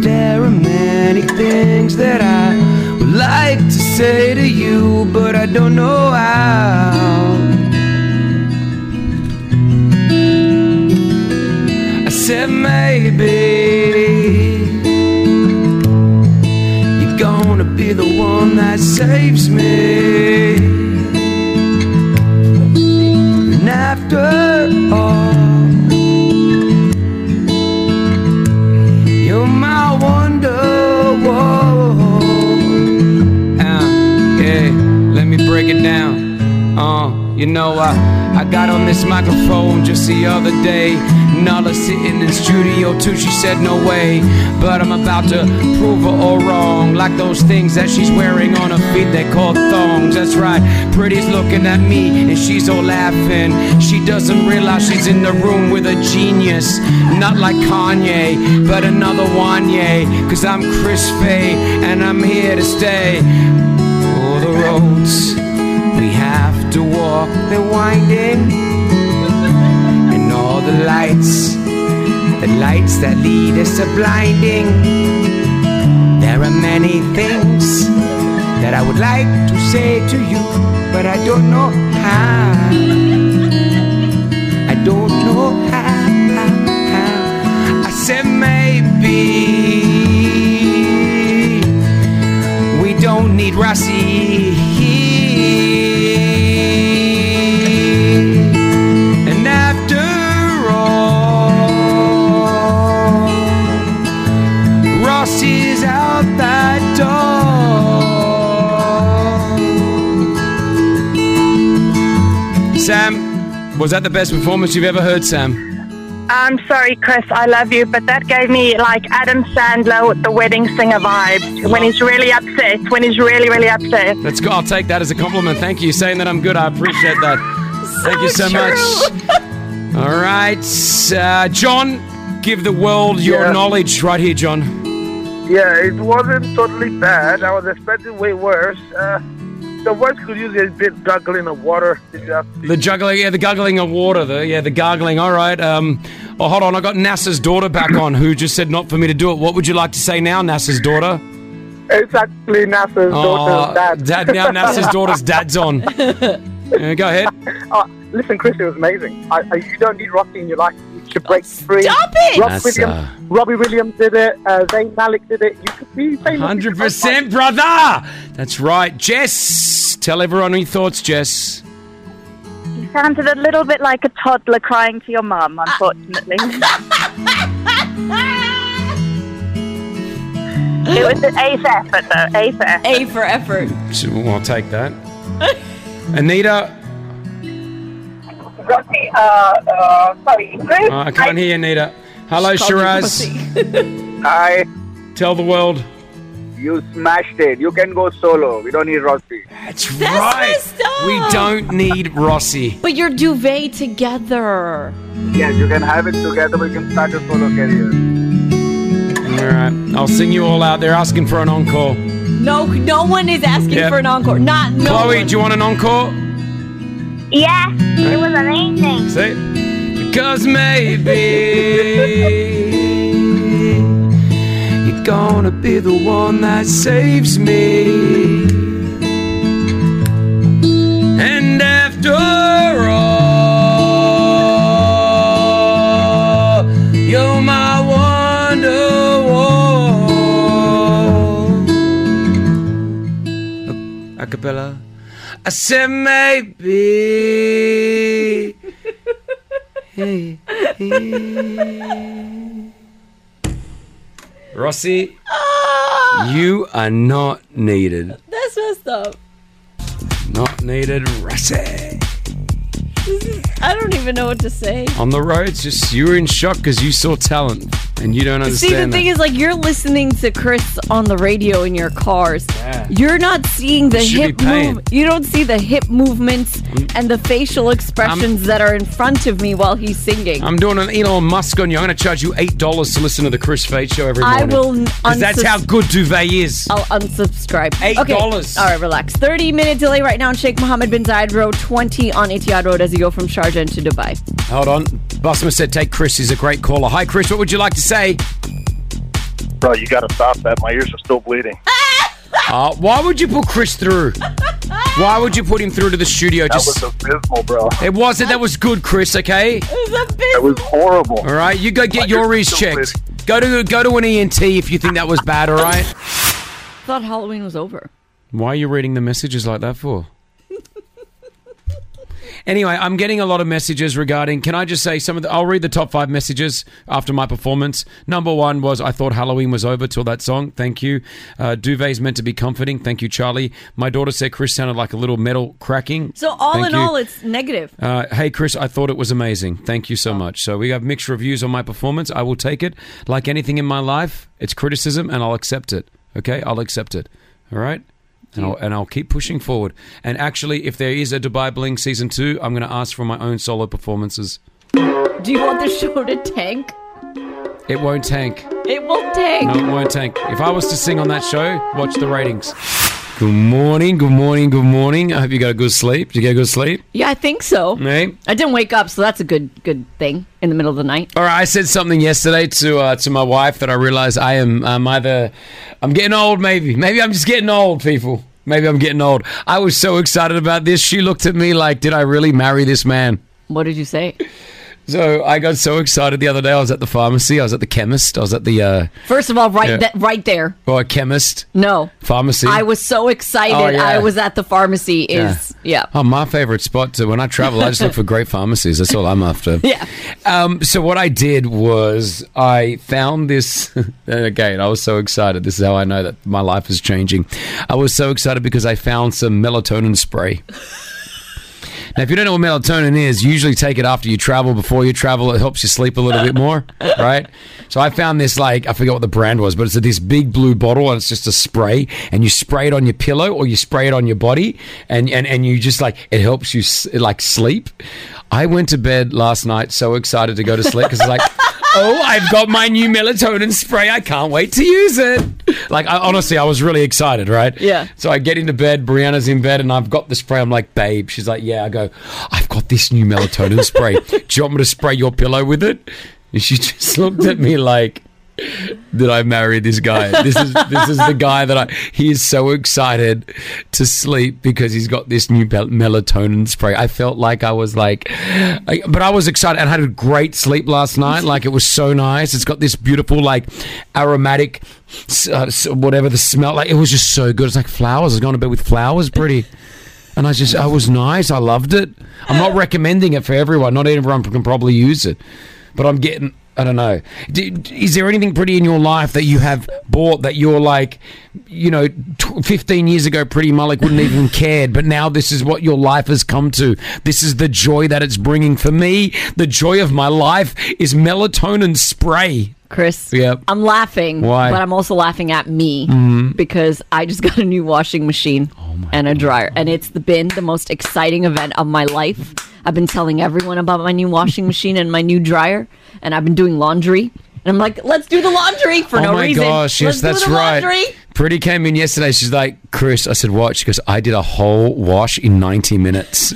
There are many things that I would like to say to you, but I don't know how. I said maybe you're gonna be the one that saves me. And after all, you're my wonder. Uh, yeah, let me break it down. Uh, you know, I, I got on this microphone just the other day. Nala sitting in studio too, she said no way. But I'm about to prove her all wrong. Like those things that she's wearing on her feet, they call thongs. That's right, pretty's looking at me and she's all laughing. She doesn't realize she's in the room with a genius. Not like Kanye, but another Wanye. Cause I'm Chris Faye and I'm here to stay. All the roads we have to walk, they're winding. And all the lights, the lights that lead us are blinding. There are many things that I would like to say to you, but I don't know how. I don't know how. I said maybe we don't need Rossi. And after all, Rossi's out that door. Sam, was that the best performance you've ever heard, Sam? I'm sorry, Chris. I love you, but that gave me like Adam Sandler, with the wedding singer vibe. When he's really upset. When he's really, really upset. That's good. I'll take that as a compliment. Thank you. Saying that I'm good, I appreciate that. Thank you so much. All right, uh, John, give the world your Yeah. knowledge right here, John. Yeah, it wasn't totally bad. I was expecting way worse. Uh, the worst could usually be gargling of water. It's just- The juggling, yeah, the guggling of water, the yeah, the gargling. All right. Um, oh, hold on. I got NASA's daughter back on, who just said not for me to do it. What would you like to say now, NASA's daughter? Exactly, NASA's Oh, daughter's dad. dad- now NASA's daughter's dad's on. Yeah, go ahead. Uh, listen, Chris, it was amazing. I, I, you don't need Rocky in your life. You should break free. Oh, stop it! Rob That's, Williams, uh, Robbie Williams did it. Uh, Zayn Malik did it. You could be famous. Hundred percent, brother. That's right, Jess. Tell everyone your thoughts, Jess. You sounded a little bit like a toddler crying to your mum, Ah. unfortunately. it was an A for effort, though. A for effort. A for effort. So, I'll take that. Anita, Rocky, uh, uh, sorry, Chris. oh, I can't hear you, Anita. Hello, She called you Shiraz. Hi. Tell the world. You smashed it. You can go solo. We don't need Rossi. That's, right. We don't need Rossi. But your duvet together. Yes, you can have it together. We can start a solo career. All right, I'll sing you all out. They're asking for an encore. No, no one is asking Yep. for an encore. Not no Chloe, one. do you want an encore? Yeah, it was amazing. See? Because maybe gonna be the one that saves me. And after all, you're my wonderwall. A cappella. I said maybe. Hey, hey. Rossi, Ah! you are not needed. That's messed up. Not needed, Rossi. Mm, I don't even know what to say. On the roads, just you were in shock because you saw talent and you don't See, understand. the thing that. is, like, you're listening to Chris on the radio in your cars. You're not seeing the You should hip be Mm. paying. move. You don't see the hip movements and the facial expressions that are in front of me while he's singing. I'm doing an Elon Musk on you. I'm going to charge you eight dollars to listen to the Chris Fade Show every I morning. will n- Because that's unsus- Oh. how good duvet is. I'll unsubscribe. Eight Okay. dollars. All right, relax. 30 minute delay right now on Sheikh Mohammed bin Zayed Road 20 on Etihad Road as you go from Sharjah to Dubai. Hold on. Busman said, "Take Chris. He's a great caller." Hi, Chris. What would you like to say? Bro, you got to stop that. My ears are still bleeding. Uh, why would you put Chris through? Why would you put him through to the studio? That was abysmal, bro. It wasn't. That was good, Chris. Okay. It was horrible. All right, you go get your ears checked. Go to go to an ENT if you think that was bad. All right. Thought Halloween was over. Why are you reading the messages like that for? anyway, I'm getting a lot of messages regarding. Can I just say some of the. I'll read the top five messages after my performance. Number one was I thought Halloween was over till that song. Thank you. Uh, Duvet's meant to be comforting. Thank you, Charlie. My daughter said Chris sounded like a little metal cracking. So, all Thank in you. all, it's negative. Uh, hey, Chris, I thought it was amazing. Thank you so much. So, we have mixed reviews on my performance. I will take it. Like anything in my life, it's criticism and I'll accept it. Okay? I'll accept it. All right? And I'll, and I'll keep pushing forward. And actually, if there is a Dubai Bling season two, I'm going to ask for my own solo performances. Do you want the show to tank? It won't tank. It will tank. No, it won't tank. If I was to sing on that show, watch the ratings. Good morning, good morning, good morning. I hope you got a good sleep. Did you get a good sleep? Yeah, I think so. Hey? I didn't wake up, so that's a good good thing in the middle of the night. All right, I said something yesterday to uh, to my wife that I realized I am I'm either I'm getting old, maybe maybe I'm just getting old, people. Maybe I'm getting old. I was so excited about this. She looked at me like, "Did I really marry this man?" What did you say? So I got so excited the other day. I was at the pharmacy. I was at the chemist. I was at the uh, First of all, right Yeah. that right there. well, a chemist No. pharmacy. I was so excited. Oh, yeah. I was at the pharmacy is yeah. Oh, my favorite spot to when I travel, I just look for great pharmacies. That's all I'm after. Yeah. Um, so what I did was I found this. and Again, I was so excited. This is how I know that my life is changing. I was so excited because I found some melatonin spray. Now, if you don't know what melatonin is, you usually take it after you travel, before you travel. It helps you sleep a little bit more, right? So I found this, like, I forget what the brand was, but it's this big blue bottle and it's just a spray and you spray it on your pillow or you spray it on your body and, and, and you just like, it helps you s- like sleep. I went to bed last night so excited to go to sleep because it's like, oh, I've got my new melatonin spray. I can't wait to use it. Like, I, honestly, I was really excited, right? Yeah. So I get into bed, Brianna's in bed, and I've got the spray. I'm like, babe. She's like, yeah. I go, I've got this new melatonin spray. Do you want me to spray your pillow with it? And she just looked at me like, did I marry this guy? This is this is the guy that I. He is so excited to sleep because he's got this new mel- melatonin spray. I felt like I was like, I- but I was excited and had a great sleep last night. Like it was so nice. It's got this beautiful like aromatic, s- uh, s- whatever the smell. Like it was just so good. It's like flowers. I was going to bed with flowers, pretty. And I just, I was nice. I loved it. I'm not recommending it for everyone. Not everyone can probably use it. But I'm getting, I don't know. D d- is there anything pretty in your life that you have bought that you're like, you know, tw 15 years ago, Pretty Malik wouldn't even cared, but now this is what your life has come to. This is the joy that it's bringing. For me, the joy of my life is melatonin spray. Chris. Yep. I'm laughing, Why? but I'm also laughing at me Mhm. because I just got a new washing machine Oh and a dryer, and it's the been the most exciting event of my life. I've been telling everyone about my new washing machine and my new dryer, and I've been doing laundry. And I'm like, let's do the laundry for oh no my reason. gosh, Let's yes, do that's the right. laundry. Pretty came in yesterday. She's like, Chris, I said, watch, because I did a whole wash in 90 minutes.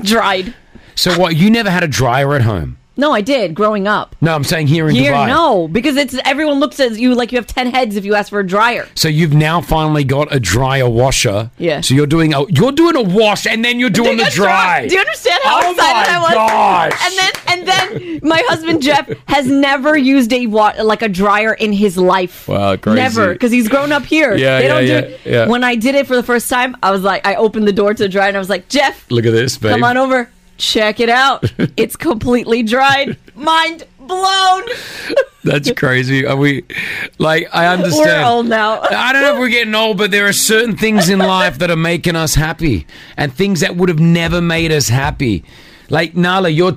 Dried. So what? You never had a dryer at home? No, I did growing up. No, I'm saying here in Here, Dubai. no, because it's everyone looks at you like you have ten heads if you ask for a dryer. So you've now finally got a dryer washer. Yeah. So you're doing a you're doing a wash and then you're doing the dry. Do you understand how Oh excited my I was? gosh. And then, and then, my husband Jeff has never used a wa- like a dryer in his life. Wow, crazy. Never, because he's grown up here. Yeah, they don't yeah, do yeah, it. yeah. When I did it for the first time, I was like, I opened the door to the dryer and I was like, Jeff, Look at this, babe. come on over, check it out. it's completely dried. Mind blown. That's crazy. Are we like I understand. We're old now. I don't know if we're getting old, but there are certain things in life that are making us happy and things that would have never made us happy. Like Nala, you're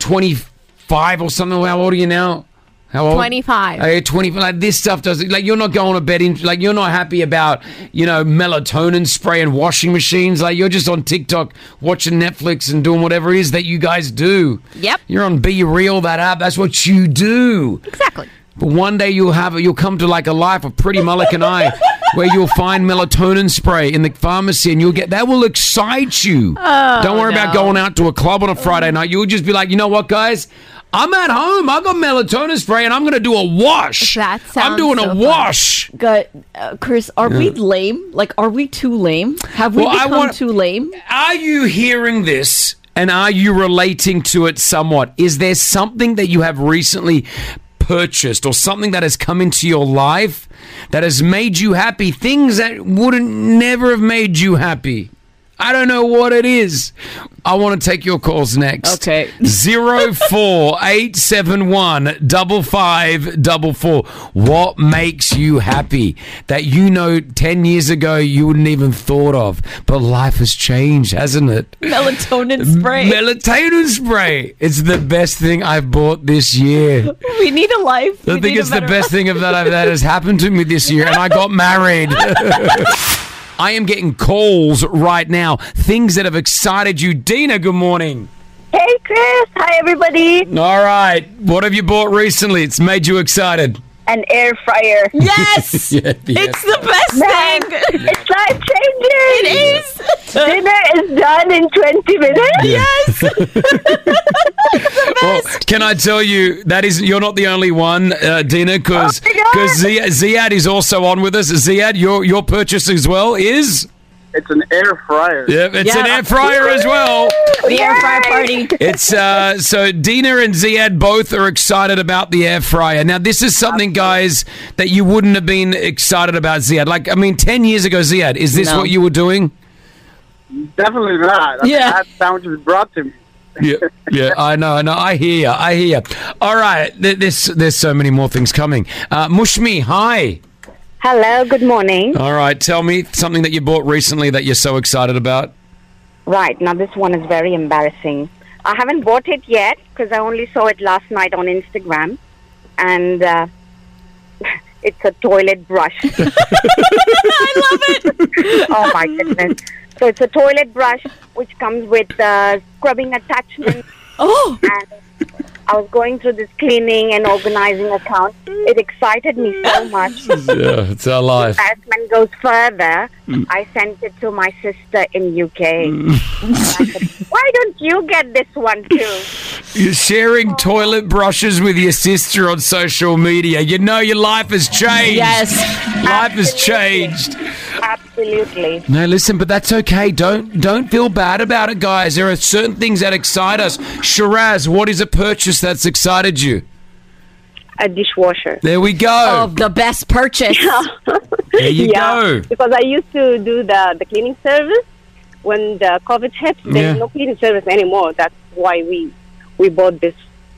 25 or something. How old are you now? How old? 25. Hey, 20 like this stuff doesn't like you're not going to bed in like you're not happy about, you know, melatonin spray and washing machines. Like you're just on TikTok watching Netflix and doing whatever it is that you guys do. Yep. You're on Be Real that app. That's what you do. Exactly. But one day you'll have you'll come to like a life of pretty Mullock and I where you'll find melatonin spray in the pharmacy and you'll get that will excite you. Oh, Don't worry no. about going out to a club on a Friday night. You'll just be like, you know what, guys? I'm at home. I got melatonin spray and I'm gonna do a wash. That I'm doing a wash. God, uh, Chris, are we lame? Like, are we too lame? Have we Well, I become want- too lame? Are you hearing this and are you relating to it somewhat? Is there something that you have recently purchased or something that has come into your life that has made you happy? Things that wouldn't never have made you happy. I don't know what it is. I want to take your calls next. Okay. Zero four eight seven one double five double four. What makes you happy that you know ten years ago you wouldn't even thought of? But life has changed, hasn't it? Melatonin spray. Melatonin spray. It's the best thing I've bought this year. we need a life. I We think need a it's the better best thing of that I've- that has happened to me this year, and I got married. I am getting calls right now. Things that have excited you, Dina. Good morning. Hey, Chris. Hi, everybody. All right. What have you bought recently? It's made you excited. An air fryer. Yes. Yeah, yeah. the best thing. It's life changing. It is. Dinner is done in 20 minutes. Yes. Well, Oh, can I tell you that is you're not the only one, uh, Dina, because Oh my God. because Ziad is also on with us. Ziad, your your purchase as well is It's an air fryer. Yep, it's an air fryer as well. The air fryer party. It's uh, so Dina and Ziad both are excited about the air fryer. Now, this is something, guys, that you wouldn't have been excited about, Ziad. Like, I mean, ten years ago, Ziad, is this No. what you were doing? Definitely not. I mean, Yeah. that sound just brought to me. yeah, yeah, I know, I know. I hear you. I hear you. All right, th- there's there's so many more things coming. Uh, Mushmi, hi. Hello, good morning. All right, tell me something that you bought recently that you're so excited about. Right, now this one is very embarrassing. I haven't bought it yet because I only saw it last night on Instagram. And uh, it's a toilet brush. I love it. oh, my goodness. So it's a toilet brush which comes with uh, scrubbing attachment. Oh. And I was going through this cleaning and organizing account. It excited me so much. yeah, it's our life. embarrassment goes further, Mm. I sent it to my sister in UK. And I said, Why don't you get this one too? You're sharing toilet brushes with your sister on social media. You know your life has changed. Yes. life has changed. Absolutely. No, listen, but that's okay. Don't don't feel bad about it, guys. There are certain things that excite us. Shiraz, what is a purchase that's excited you? A dishwasher. There we go. Of Oh, the best purchase. there you go. Because I used to do the, the cleaning service. When the COVID hit, there's Yeah. no cleaning service anymore. That's why we we bought this,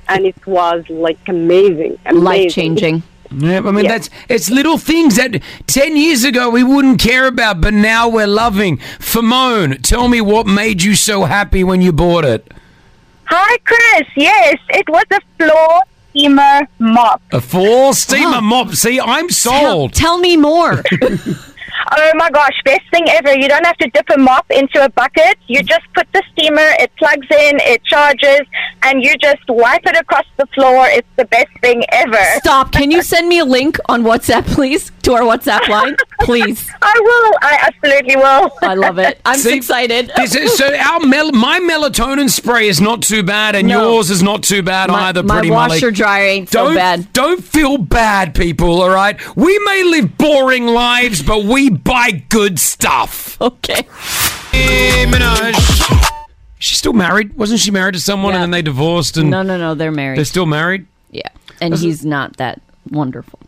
and it was like amazing, amazing. Life-changing. Yeah, I mean that's it's little things that ten years ago we wouldn't care about, but now we're loving. Famone, tell me what made you so happy when you bought it? Hi, Chris. Yes, it was a floor steamer mop. A four steamer mop. See, I'm sold. Tell me more. Oh my gosh, best thing ever. You don't have to dip a mop into a bucket. You just put the steamer, it plugs in, it charges, and you just wipe it across the floor. It's the best thing ever. Stop. Can you send me a link on WhatsApp, please, to our WhatsApp line, please? I will. I absolutely will. I love it. I'm so See, excited. This is- so our mel- my melatonin spray is not too bad, and yours is not too bad My- either. my Pretty washer dryer ain't so don't, bad. Don't feel bad, people. All right, we may live boring lives, but we buy good stuff. Okay. She's still married, wasn't she? Married to someone, and then they divorced, and no, no, no. They're married. they're still married. yeah, and Doesn't- he's not that wonderful.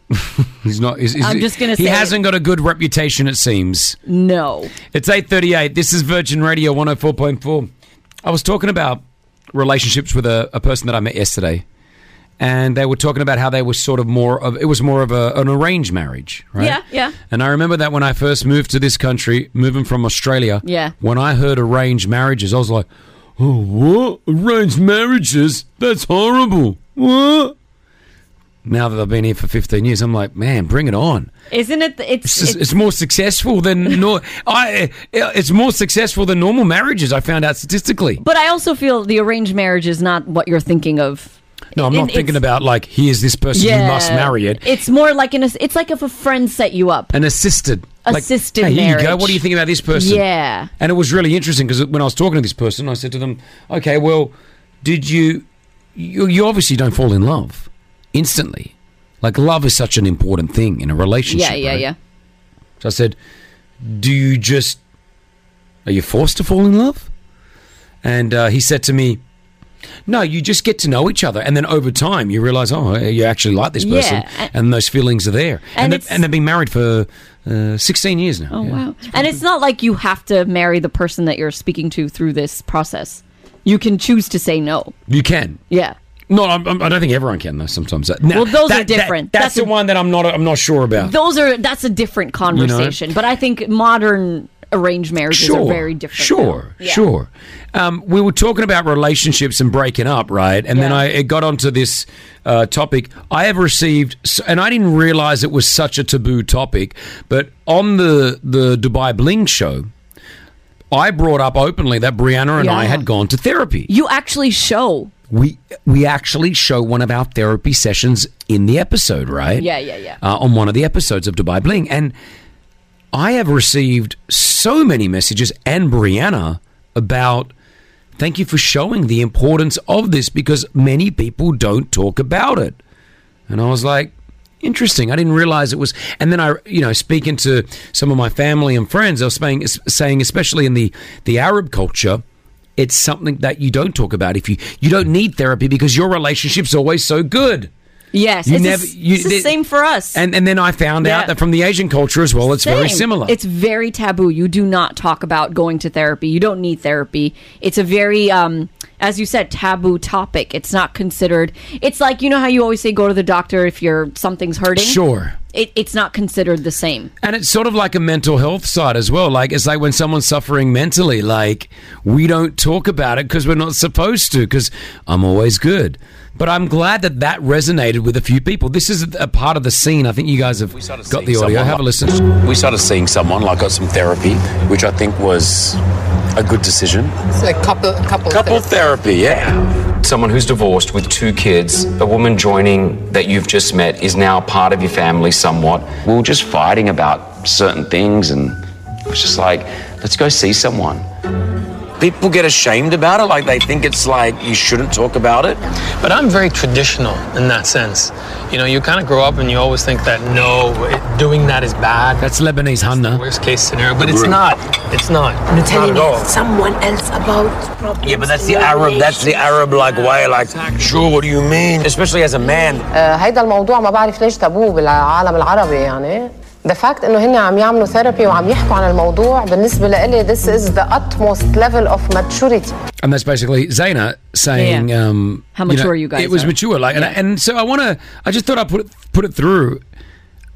He's not. He's, he's- I'm just gonna He say- hasn't got a good reputation. It seems. No. It's eight thirty-eight. This is Virgin Radio one hundred four point four. I was talking about relationships with a, a person that I met yesterday, and they were talking about how they were sort of more of it was more of a, an arranged marriage, right? Yeah, yeah. And I remember that when I first moved to this country, moving from Australia, Yeah. When I heard arranged marriages, I was like, "Oh, what arranged marriages? That's horrible." What? Now that I've been here for fifteen years, I'm like, "Man, bring it on!" Isn't it? It's, It's, just- it's more successful than nor. I. uh, It's more successful than normal marriages. I found out statistically. But I also feel the arranged marriage is not what you're thinking of. No, I'm not It- thinking it's- about like here's this person you must Yeah. marry it. It's more like an. ass- It's like if a friend set you up. An assisted, Assisted like, hey, Here you go. marriage. What do you think about this person? Yeah. And it was really interesting because when I was talking to this person, I said to them, "Okay, well, did you? You, you obviously don't fall in love instantly. Like love is such an important thing in a relationship. Yeah, yeah, right? yeah. So I said, Do you just. Are you forced to fall in love? And uh, he said to me, No, you just get to know each other. And then over time, you realize, Oh, you actually like this person. Yeah, and- And those feelings are there. And And, it's- they, and they've been married for uh, 16 years now. Oh wow! And it's not like you have to marry the person that you're speaking to through this process. You can choose to say no. You can. Yeah. No, I'm, I'm, I don't think everyone can though. Sometimes that, now, Well, those that- are different. that- that's That's a- the one that I'm not. I'm not sure about. Those are that's a different conversation. But I think modern arranged marriages are very different. Sure, sure. Um, we were talking about relationships and breaking up, right? And then I it got onto this uh, topic. I have received, s- and I didn't realize it was such a taboo topic, but on the the Dubai Bling show, I brought up openly that Brianna and I Yeah. had gone to therapy. You actually show. We we actually show one of our therapy sessions in the episode, right? Yeah, yeah, yeah. uh, on one of the episodes of Dubai Bling. And I have received so many messages and Brianna about thank you for showing the importance of this because many people don't talk about it. And I was like, interesting. I didn't realize it was. And then I, you know, speaking to some of my family and friends, I was saying, saying especially in the, the Arab culture, it's something that you don't talk about if you you don't need therapy because your relationship's always so good. Yes. You it's never- the, s- you- it's the they- same for us. And and then I found Yeah. out that from the Asian culture as well, it's very Same. similar. It's very taboo. You do not talk about going to therapy. You don't need therapy. It's a very, um, as you said, taboo topic. It's not considered. It's like you know how you always say go to the doctor if you're something's hurting. Sure. It, it's not considered the same. and it's sort of like a mental health side as well. Like it's like when someone's suffering mentally, like we don't talk about it because we're not supposed to. Because I'm always good, but I'm glad that that resonated with a few people. This is a part of the scene. I think you guys have got the audio. someone Have a like- listen. We started seeing someone, like got some therapy, which I think was a good decision. So couple, couple, Couple therapy, yeah. Someone who's divorced with two kids, a woman joining that you've just met is now part of your family somewhat. We were just fighting about certain things, and I was just like, let's go see someone. People get ashamed about it, like they think it's like you shouldn't talk about it. But I'm very traditional in that sense. You know, you kind of grow up and you always think that no, it, doing that is bad. That's Lebanese Hanna. Worst case scenario, but it's Agree. not. It's not. It's not at all. someone else about problems. Yeah, but that's the Arab. That's the Arab like way. Like, sure. What do you mean? Especially as a man. آه، هيدا الموضوع ما بعرف ليش تابوه بالعالم العربي يعني The fact انه هن عم يعملوا ثيرابي وعم يحكوا عن الموضوع بالنسبه لإلي this is the utmost level of maturity And that's basically Zaina saying, Yeah. um, How mature you guys It was are. mature, like, and, I- and so I want to. I just thought I put it, put it through.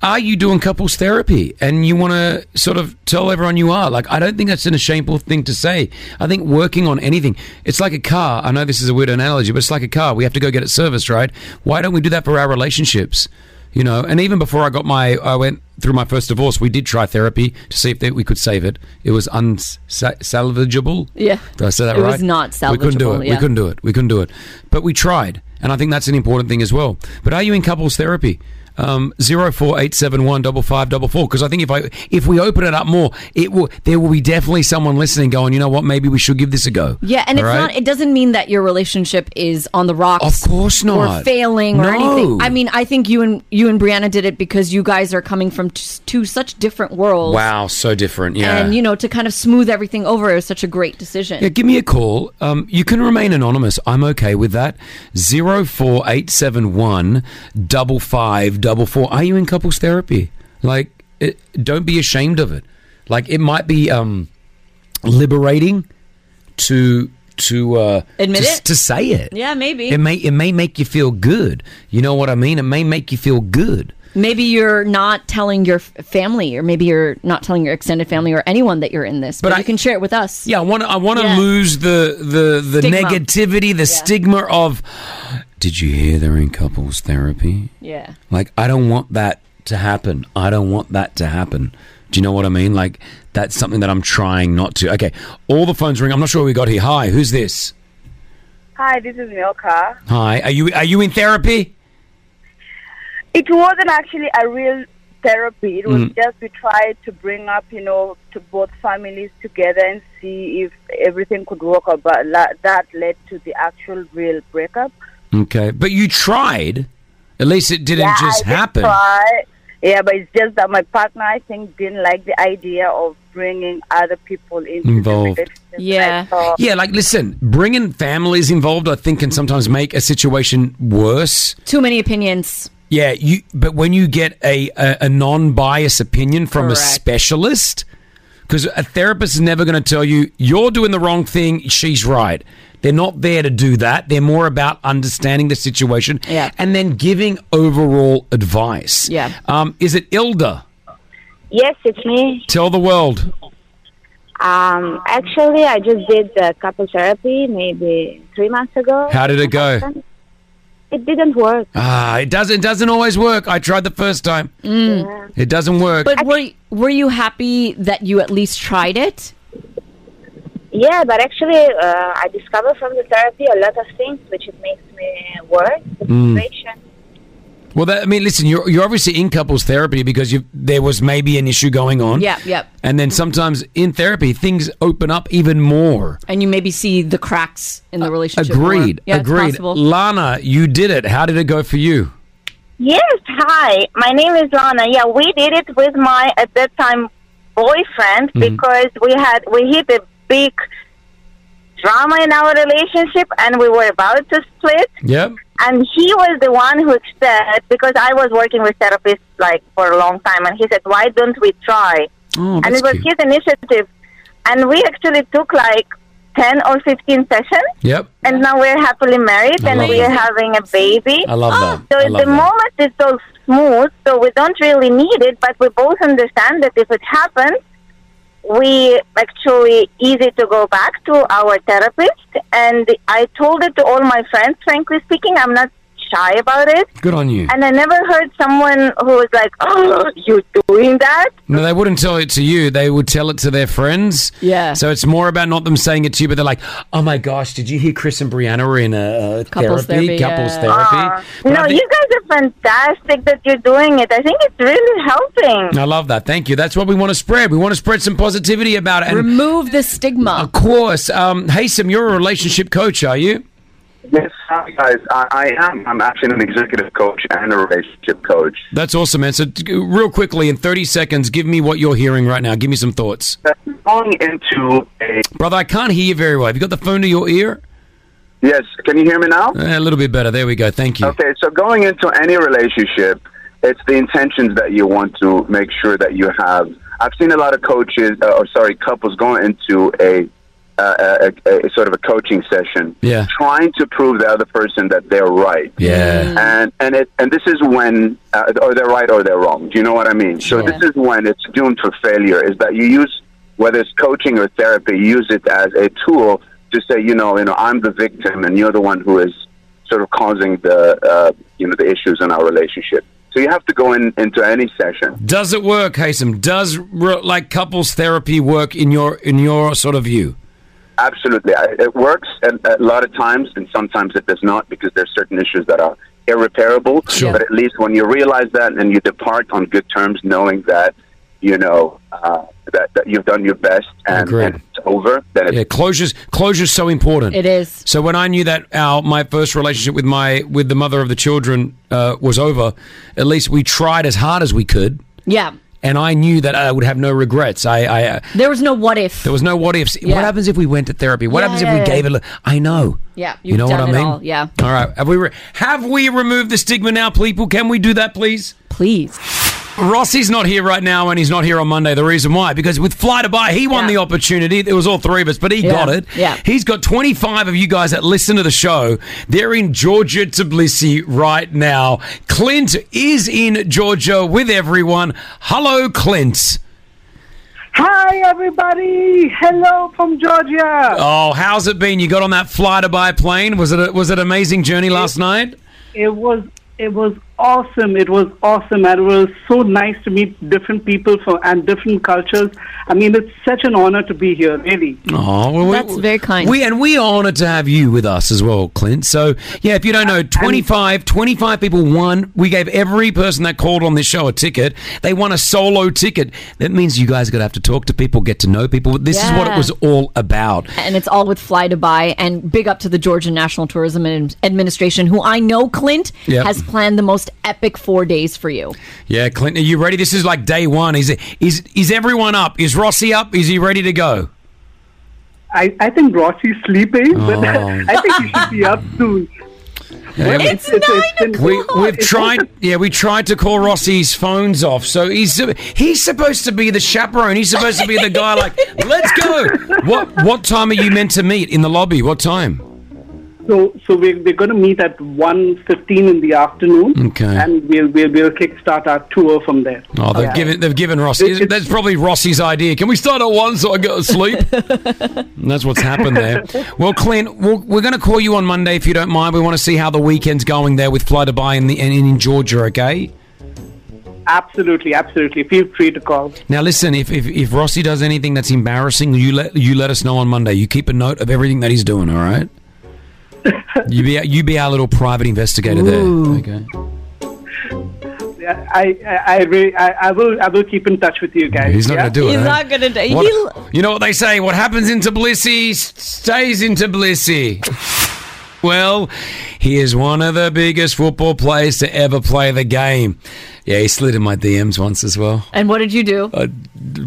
Are you doing couples therapy, and you want to sort of tell everyone you are? Like, I don't think that's an shameful thing to say. I think working on anything, it's like a car. I know this is a weird analogy, but it's like a car. We have to go get it serviced, right? Why don't we do that for our relationships? You know, and even before I got my, I went through my first divorce. We did try therapy to see if that we could save it. It was unsalvageable. Yeah. Did I say that It right? was not We couldn't do salvageable, it. yeah. We couldn't do it. We couldn't do it. But we tried, and I think that's an important thing as well. But are you in couples therapy? Um, zero four eight seven one double five double four. Because I think if I if we open it up more, it will there will be definitely someone listening going, you know what, maybe we should give this a go. Yeah, and All it's right? not. It doesn't mean that your relationship is on the rocks. Of course Or not. failing or No. anything. I mean, I think you and you and Brianna did it because you guys are coming from t- two such different worlds. Wow, so different. Yeah. And you know, to kind of smooth everything over is such a great decision. Yeah, give me a call. Um, you can remain anonymous. I'm okay with that. Zero four eight seven one double five double four. Are you in couples therapy? Like, it, don't be ashamed of it. Like, it might be um, liberating to to uh, Admit to, it? to say it. Yeah, maybe. It may it may make you feel good. You know what I mean? It may make you feel good. Maybe you're not telling your f- family, or maybe you're not telling your extended family or anyone that you're in this. But, you can share it with us. Yeah, I want I want to Yeah. lose the the the Stigma. negativity, the stigma of. Did you hear they're in couples therapy? Yeah. Like, I don't want that to happen. I don't want that to happen. Do you know what I mean? Like, that's something that I'm trying not to. Okay, all the phones ring. I'm not sure we got here. Hi, who's this? Hi, this is Milka. Hi, are you are you in therapy? It wasn't actually a real therapy. It was Mm. just we tried to bring up, you know, to both families together and see if everything could work. But la- that led to the actual real breakup. Okay, but you tried. At least it didn't yeah, just I did happen. try. Yeah, but it's just that my partner, I think, didn't like the idea of bringing other people into Involved. The relationship. Yeah. So, Yeah, like listen, bringing families involved, I think, can sometimes make a situation worse. Too many opinions. Yeah, you. But when you get a a, a non biased opinion from a Correct. specialist, because a therapist is never going to tell you you're doing the wrong thing, she's right. They're not there to do that. They're more about understanding the situation Yeah. and then giving overall advice. Yeah. Um, is it Ilda? Yes, it's me. Tell the world. Uh, Um, actually, I just did the couple therapy maybe three months ago. How did it go? It didn't work. Ah, it doesn't. It doesn't always work. I tried the first time. It doesn't work. Mm. But were y- were you happy that you at least tried it? Yeah, but actually, uh, I discovered from the therapy a lot of things, which it makes me worse. The Mm. situation. Well, that, I mean, listen, you're, you're obviously in couples therapy because you there was maybe an issue going on. Yep, yep. And then sometimes in therapy, things open up even more. And you maybe see the cracks in the relationship. more. Uh, Agreed. Yeah, it's agreed. possible. Lana, you did it. How did it go for you? Yes, hi. My name is Lana. Yeah, we did it with my at that time boyfriend Mhm. because we had we hit a big drama in our relationship and we were about to split. Yep. And he was the one who said because I was working with therapists like for a long time, and he said, "Why don't we try?" Oh, and that's it was cute. his initiative, and we actually took like ten or fifteen sessions. Yep. And now we're happily married I and love we're that. having a baby. I love that. So I at love the that. moment it's so smooth, so we don't really need it, but we both understand that if it happens, we actually easy to go back to our therapist. And I told it to all my friends, frankly speaking. I'm not shy about it. Good on you. And I never heard someone who was like, oh, you're doing that? No, they wouldn't tell it to you. They would tell it to their friends. Yeah. So it's more about not them saying it to you, but they're like, "Oh my gosh, did you hear Chris and Brianna were in a, a Couples therapy, therapy, couples yeah. Ah. therapy?" But Uh, I No, think- you guys are fantastic that you're doing it. I think it's really helping. I love that. Thank you. That's what we want to spread. We want to spread some positivity about it. And Remove the stigma. Of course. Um, Haysom, you're a relationship coach, are you? Yes, hi guys. I, I am. I'm actually an executive coach and a relationship coach. That's awesome, man. So, t- real quickly, in 30 seconds, give me what you're hearing right now. Give me some thoughts. Going into a Brother, I can't hear you very well. Have you got the phone to your ear? yes, can you hear me now? Eh, a little bit better. There we go. Thank you. Okay, so going into any relationship, it's the intentions that you want to make sure that you have. I've seen a lot of coaches, uh, or sorry, couples going into a, uh, a, a, a sort of a coaching session, Yeah. trying to prove the other person that they're right. Yeah. And and it and this is when, uh, or they're right or they're wrong. Do you know what I mean? So this is when it's doomed for failure. Is that you use whether it's coaching or therapy, you use it as a tool to say, you know, you know, I'm the victim and you're the one who is sort of causing the uh, you know the issues in our relationship. So you have to go in into any session. Does it work, Haysom? Does re- like couples therapy work in your in your sort of view? Absolutely, I- it works a, a lot of times, and sometimes it does not because there's certain issues that are irreparable. But at least when you realize that and you depart on good terms, knowing that you know uh, that, that you've done your best and, Agreed. and it's over, then it's Yeah, closure's closure's so important. It is. So when I knew that our my first relationship with my with the mother of the children uh, was over, at least we tried as hard as we could, Yeah. and I knew that I would have no regrets. I, I uh, There was no what if. there was no what ifs. Yeah. What happens if we went to therapy? What Yeah, happens yeah, if we yeah. gave it? a li- I know. Yeah, You you've know what done I it mean? all. Yeah. All right. Have we re- have we removed the stigma now, people? Can we do that, please? Please. Rossi's not here right now, and he's not here on Monday. The reason why, because with Fly to Buy, he won the opportunity. It was all three of us, but he Yeah. got it. Yeah. He's got 25 of you guys that listen to the show. They're in Georgia, Tbilisi right now. Clint is in Georgia with everyone. Hello, Clint. Hi, everybody. Hello from Georgia. Oh, how's it been? You got on that Fly to Buy plane. Was it a, was it an amazing journey last night? It was it was awesome. It was awesome, and it was so nice to meet different people from and different cultures. I mean, it's such an honor to be here. Really. Oh, well, That's very kind. We and we are honored to have you with us as well, Clint. So, yeah, if you don't know, 25, 25 people won. We gave every person that called on this show a ticket. They won a solo ticket. That means you guys are going to have to talk to people, get to know people. This is what it Yeah. was all about. and it's all with Fly to Buy. And big up to the Georgian National Tourism Ad- Administration, who I know Clint Yep. has planned the most epic four days for you. Yeah, Clint, are you ready? This is like day 1. Is is is everyone up? Is Rossi up? Is he ready to go? I, I think Rossi's sleeping, but Oh. I think he should be up soon. Yeah, But we- been- We, we've it's- tried, yeah, we tried to call Rossi's phones off. So he's he's supposed to be the chaperone. He's supposed to be the guy like, let's go. What what time are you meant to meet in the lobby? What time? So, so we're, we're going to meet at one fifteen in the afternoon, Okay. and we'll we'll, we'll kickstart our tour from there. Oh, they've given they've given Rossi. That's probably Rossi's idea. Can we start at one so I go to sleep? And that's what's happened there. Well, Clint, we'll, we're going to call you on Monday if you don't mind. We want to see how the weekend's going there with Fly Dubai and, the, and in Georgia. Okay. Absolutely, absolutely. Feel free to call. Now listen, if, if if Rossi does anything that's embarrassing, you let you let us know on Monday. You keep a note of everything that he's doing, all right? you be you be our little private investigator Ooh. there. Okay. I I, I, re- I I will I will keep in touch with you guys. He's not yeah? gonna do it. huh? gonna do- What- he'll- you know what they say? What happens in Tbilisi s- stays in Tbilisi. Well, he is one of the biggest football players to ever play the game. Yeah, he slid in my DMs once as well. And what did you do? I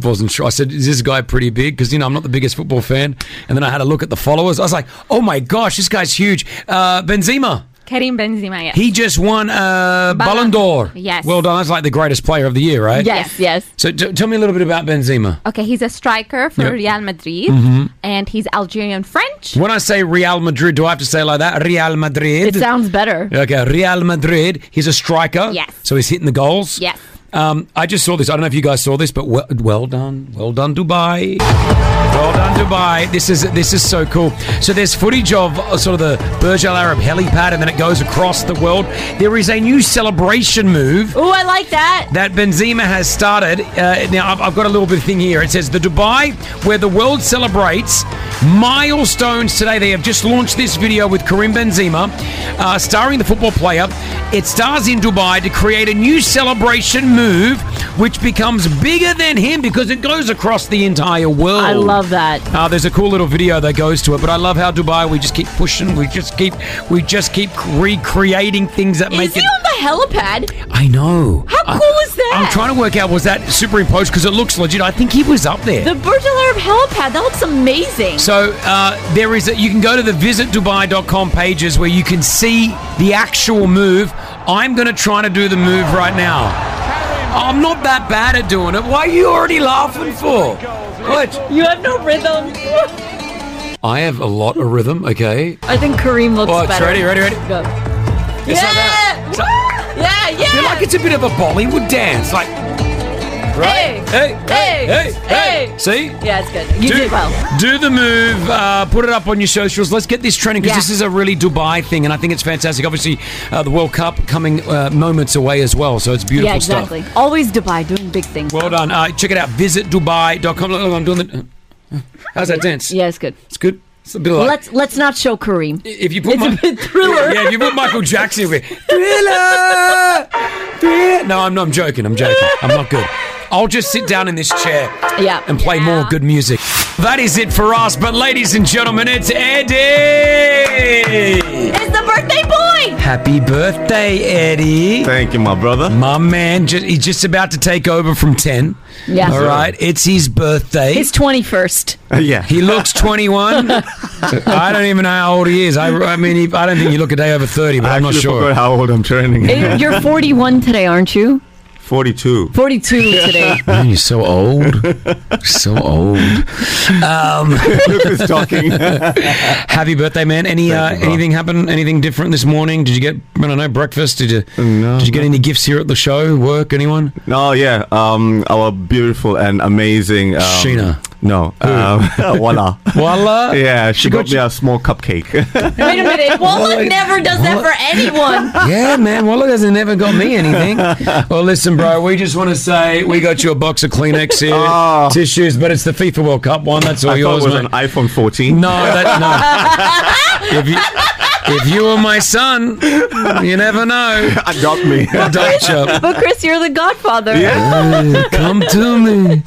wasn't sure. I said, "Is this guy pretty big?" Because you know I'm not the biggest football fan. And then I had a look at the followers. I was like, "Oh my gosh, this guy's huge." Uh, Benzema, Karim Benzema, yes. he just won uh, Ballon d'Or. Yes. Well done. That's like the greatest player of the year, right? Yes, yes. So t- tell me a little bit about Benzema. Okay, he's a striker for Yep. Real Madrid, Mhm. and he's Algerian French. When I say Real Madrid, do I have to say it like that? Real Madrid. It sounds better. Okay, Real Madrid. He's a striker. Yes. So he's hitting the goals. Yes. Um, I just saw this. I don't know if you guys saw this, but well, well done, well done, Dubai. Well done, Dubai. This is this is so cool. So there's footage of uh, sort of the Burj Al Arab helipad, and then it goes across the world. There is a new celebration move Ooh, I like that. that Benzema has started. Uh, now, I've, I've got a little bit of thing here. It says the Dubai, where the world celebrates milestones today. They have just launched this video with Karim Benzema, uh, starring the football player. It stars in Dubai to create a new celebration move, which becomes bigger than him because it goes across the entire world. I love that. Uh, there's a cool little video that goes to it, but I love how Dubai. We just keep pushing. We just keep. We just keep recreating things that make Is he it. on the helipad? I know. How I- cool is that? I'm trying to work out was that superimposed because it looks legit. I think he was up there. The Burj Al Arab helipad. That looks amazing. so uh, there is. A, you can go to the visitdubai.com pages where you can see the actual move. I'm going to try to do the move right now. I'm not that bad at doing it. Why are you already laughing for? What? You have no rhythm. I have a lot of rhythm. Okay. I think Kareem looks Watch, better. ready, ready, ready? Go. It's like yeah! Woo! yeah, yeah. Feel like it's a bit of a Bollywood dance, like. Right? Hey, hey, hey, hey, hey. See? Yeah, it's good. You do, did well. Do the move. Uh, put it up on your socials. Let's get this trending because Yeah. this is a really Dubai thing, and I think it's fantastic. Obviously, uh, the World Cup coming uh, moments away as well, so it's beautiful yeah, exactly. Always Dubai doing big things. stuff. Well done. Uh, check it out. Visit Dubai.com. Look, look, I'm doing the. How's that dance? Yeah, it's good. It's good. It's a bit like. let's let's not show Kareem. if you put it's my, a bit thriller. Yeah, if you put Michael Jackson with thriller, thriller. No, I'm not. I'm joking. I'm joking. I'm not good. I'll just sit down in this chair. Yeah. And play more good music. That is it for us. But ladies and gentlemen, it's Eddie. It's the birthday boy. Happy birthday, Eddie. Thank you, my brother. My man, ju- he's just about to take over from 10. Yeah. All right. It's his birthday. His twenty first. yeah. He looks 21. I don't even know how old he is. I, I mean, he, I don't think you look a day over 30, but I'm not actually sure. forgot how old I'm turning. You're forty one today, aren't you? 42. Forty two today. Man, you're so old. so old. Um, Look who's talking. happy birthday, man. Any uh, anything happen? Anything different this morning? Did you get I don't know breakfast? Did you did you get any gifts here at the show? Work? Anyone? No, yeah. Um, our beautiful and amazing um, Sheena. No, Who? um, Walla. Walla. Yeah, she, got, me a small cupcake. Wait a minute. Walla never does that for anyone. yeah, man. Well, it hasn't ever got me anything. Well, listen, bro. We just want to say we got you a box of Kleenex here, tissues, but it's the FIFA World Cup one. That's all Ah. I yours, thought it was man. an iPhone 14. No, that, no. if you if you were my son, you never know. Adopt me. Adopt you. But Chris, you're the godfather. Uh, come to me.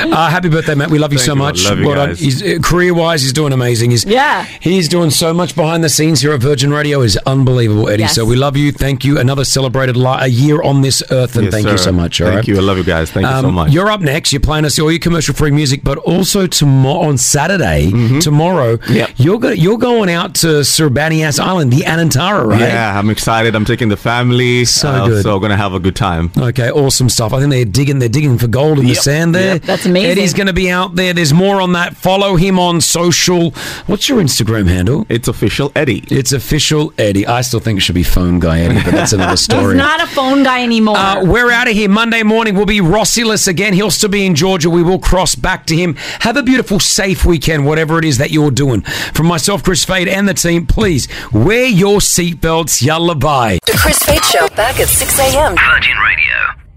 Uh, happy birthday, Matt. We love you so you. I much. love you Well done. guys. He's, uh, career-wise, he's doing amazing. He's, Yeah. He's doing so much behind the scenes here at Virgin Radio. is unbelievable, Eddie. Yes. So we love you. Thank you. Another celebrated li- a year on this earth, and Yes, thank you sir. so much. all Thank right? you. I love you guys. Thank you so Um, much. You're up next. You're playing us all your commercial-free music, but also tomorrow on Saturday, Mm-hmm. tomorrow, you're go- you're going out to Sirbanias Island, the Anantara, right? Yeah, I'm excited. I'm taking the family. So good. So gonna have a good time. Okay, awesome stuff. I think they're digging. They're digging for gold in the sand there. That's amazing. Eddie's going to be out there. There's more on that. Follow him on social. What's your Instagram handle? It's official Eddie. It's official Eddie. I still think it should be phone guy Eddie, but that's another story. He's not a phone guy anymore. Uh, we're out of here. Monday morning, we'll be Rossyless again. He'll still be in Georgia. We will cross back to him. Have a beautiful, safe weekend, whatever it is that you're doing. From myself, Chris Fade, and the team, please wear your seatbelts. Yalla bye. The Chris Fade Show back at 6 a.m. Virgin Radio.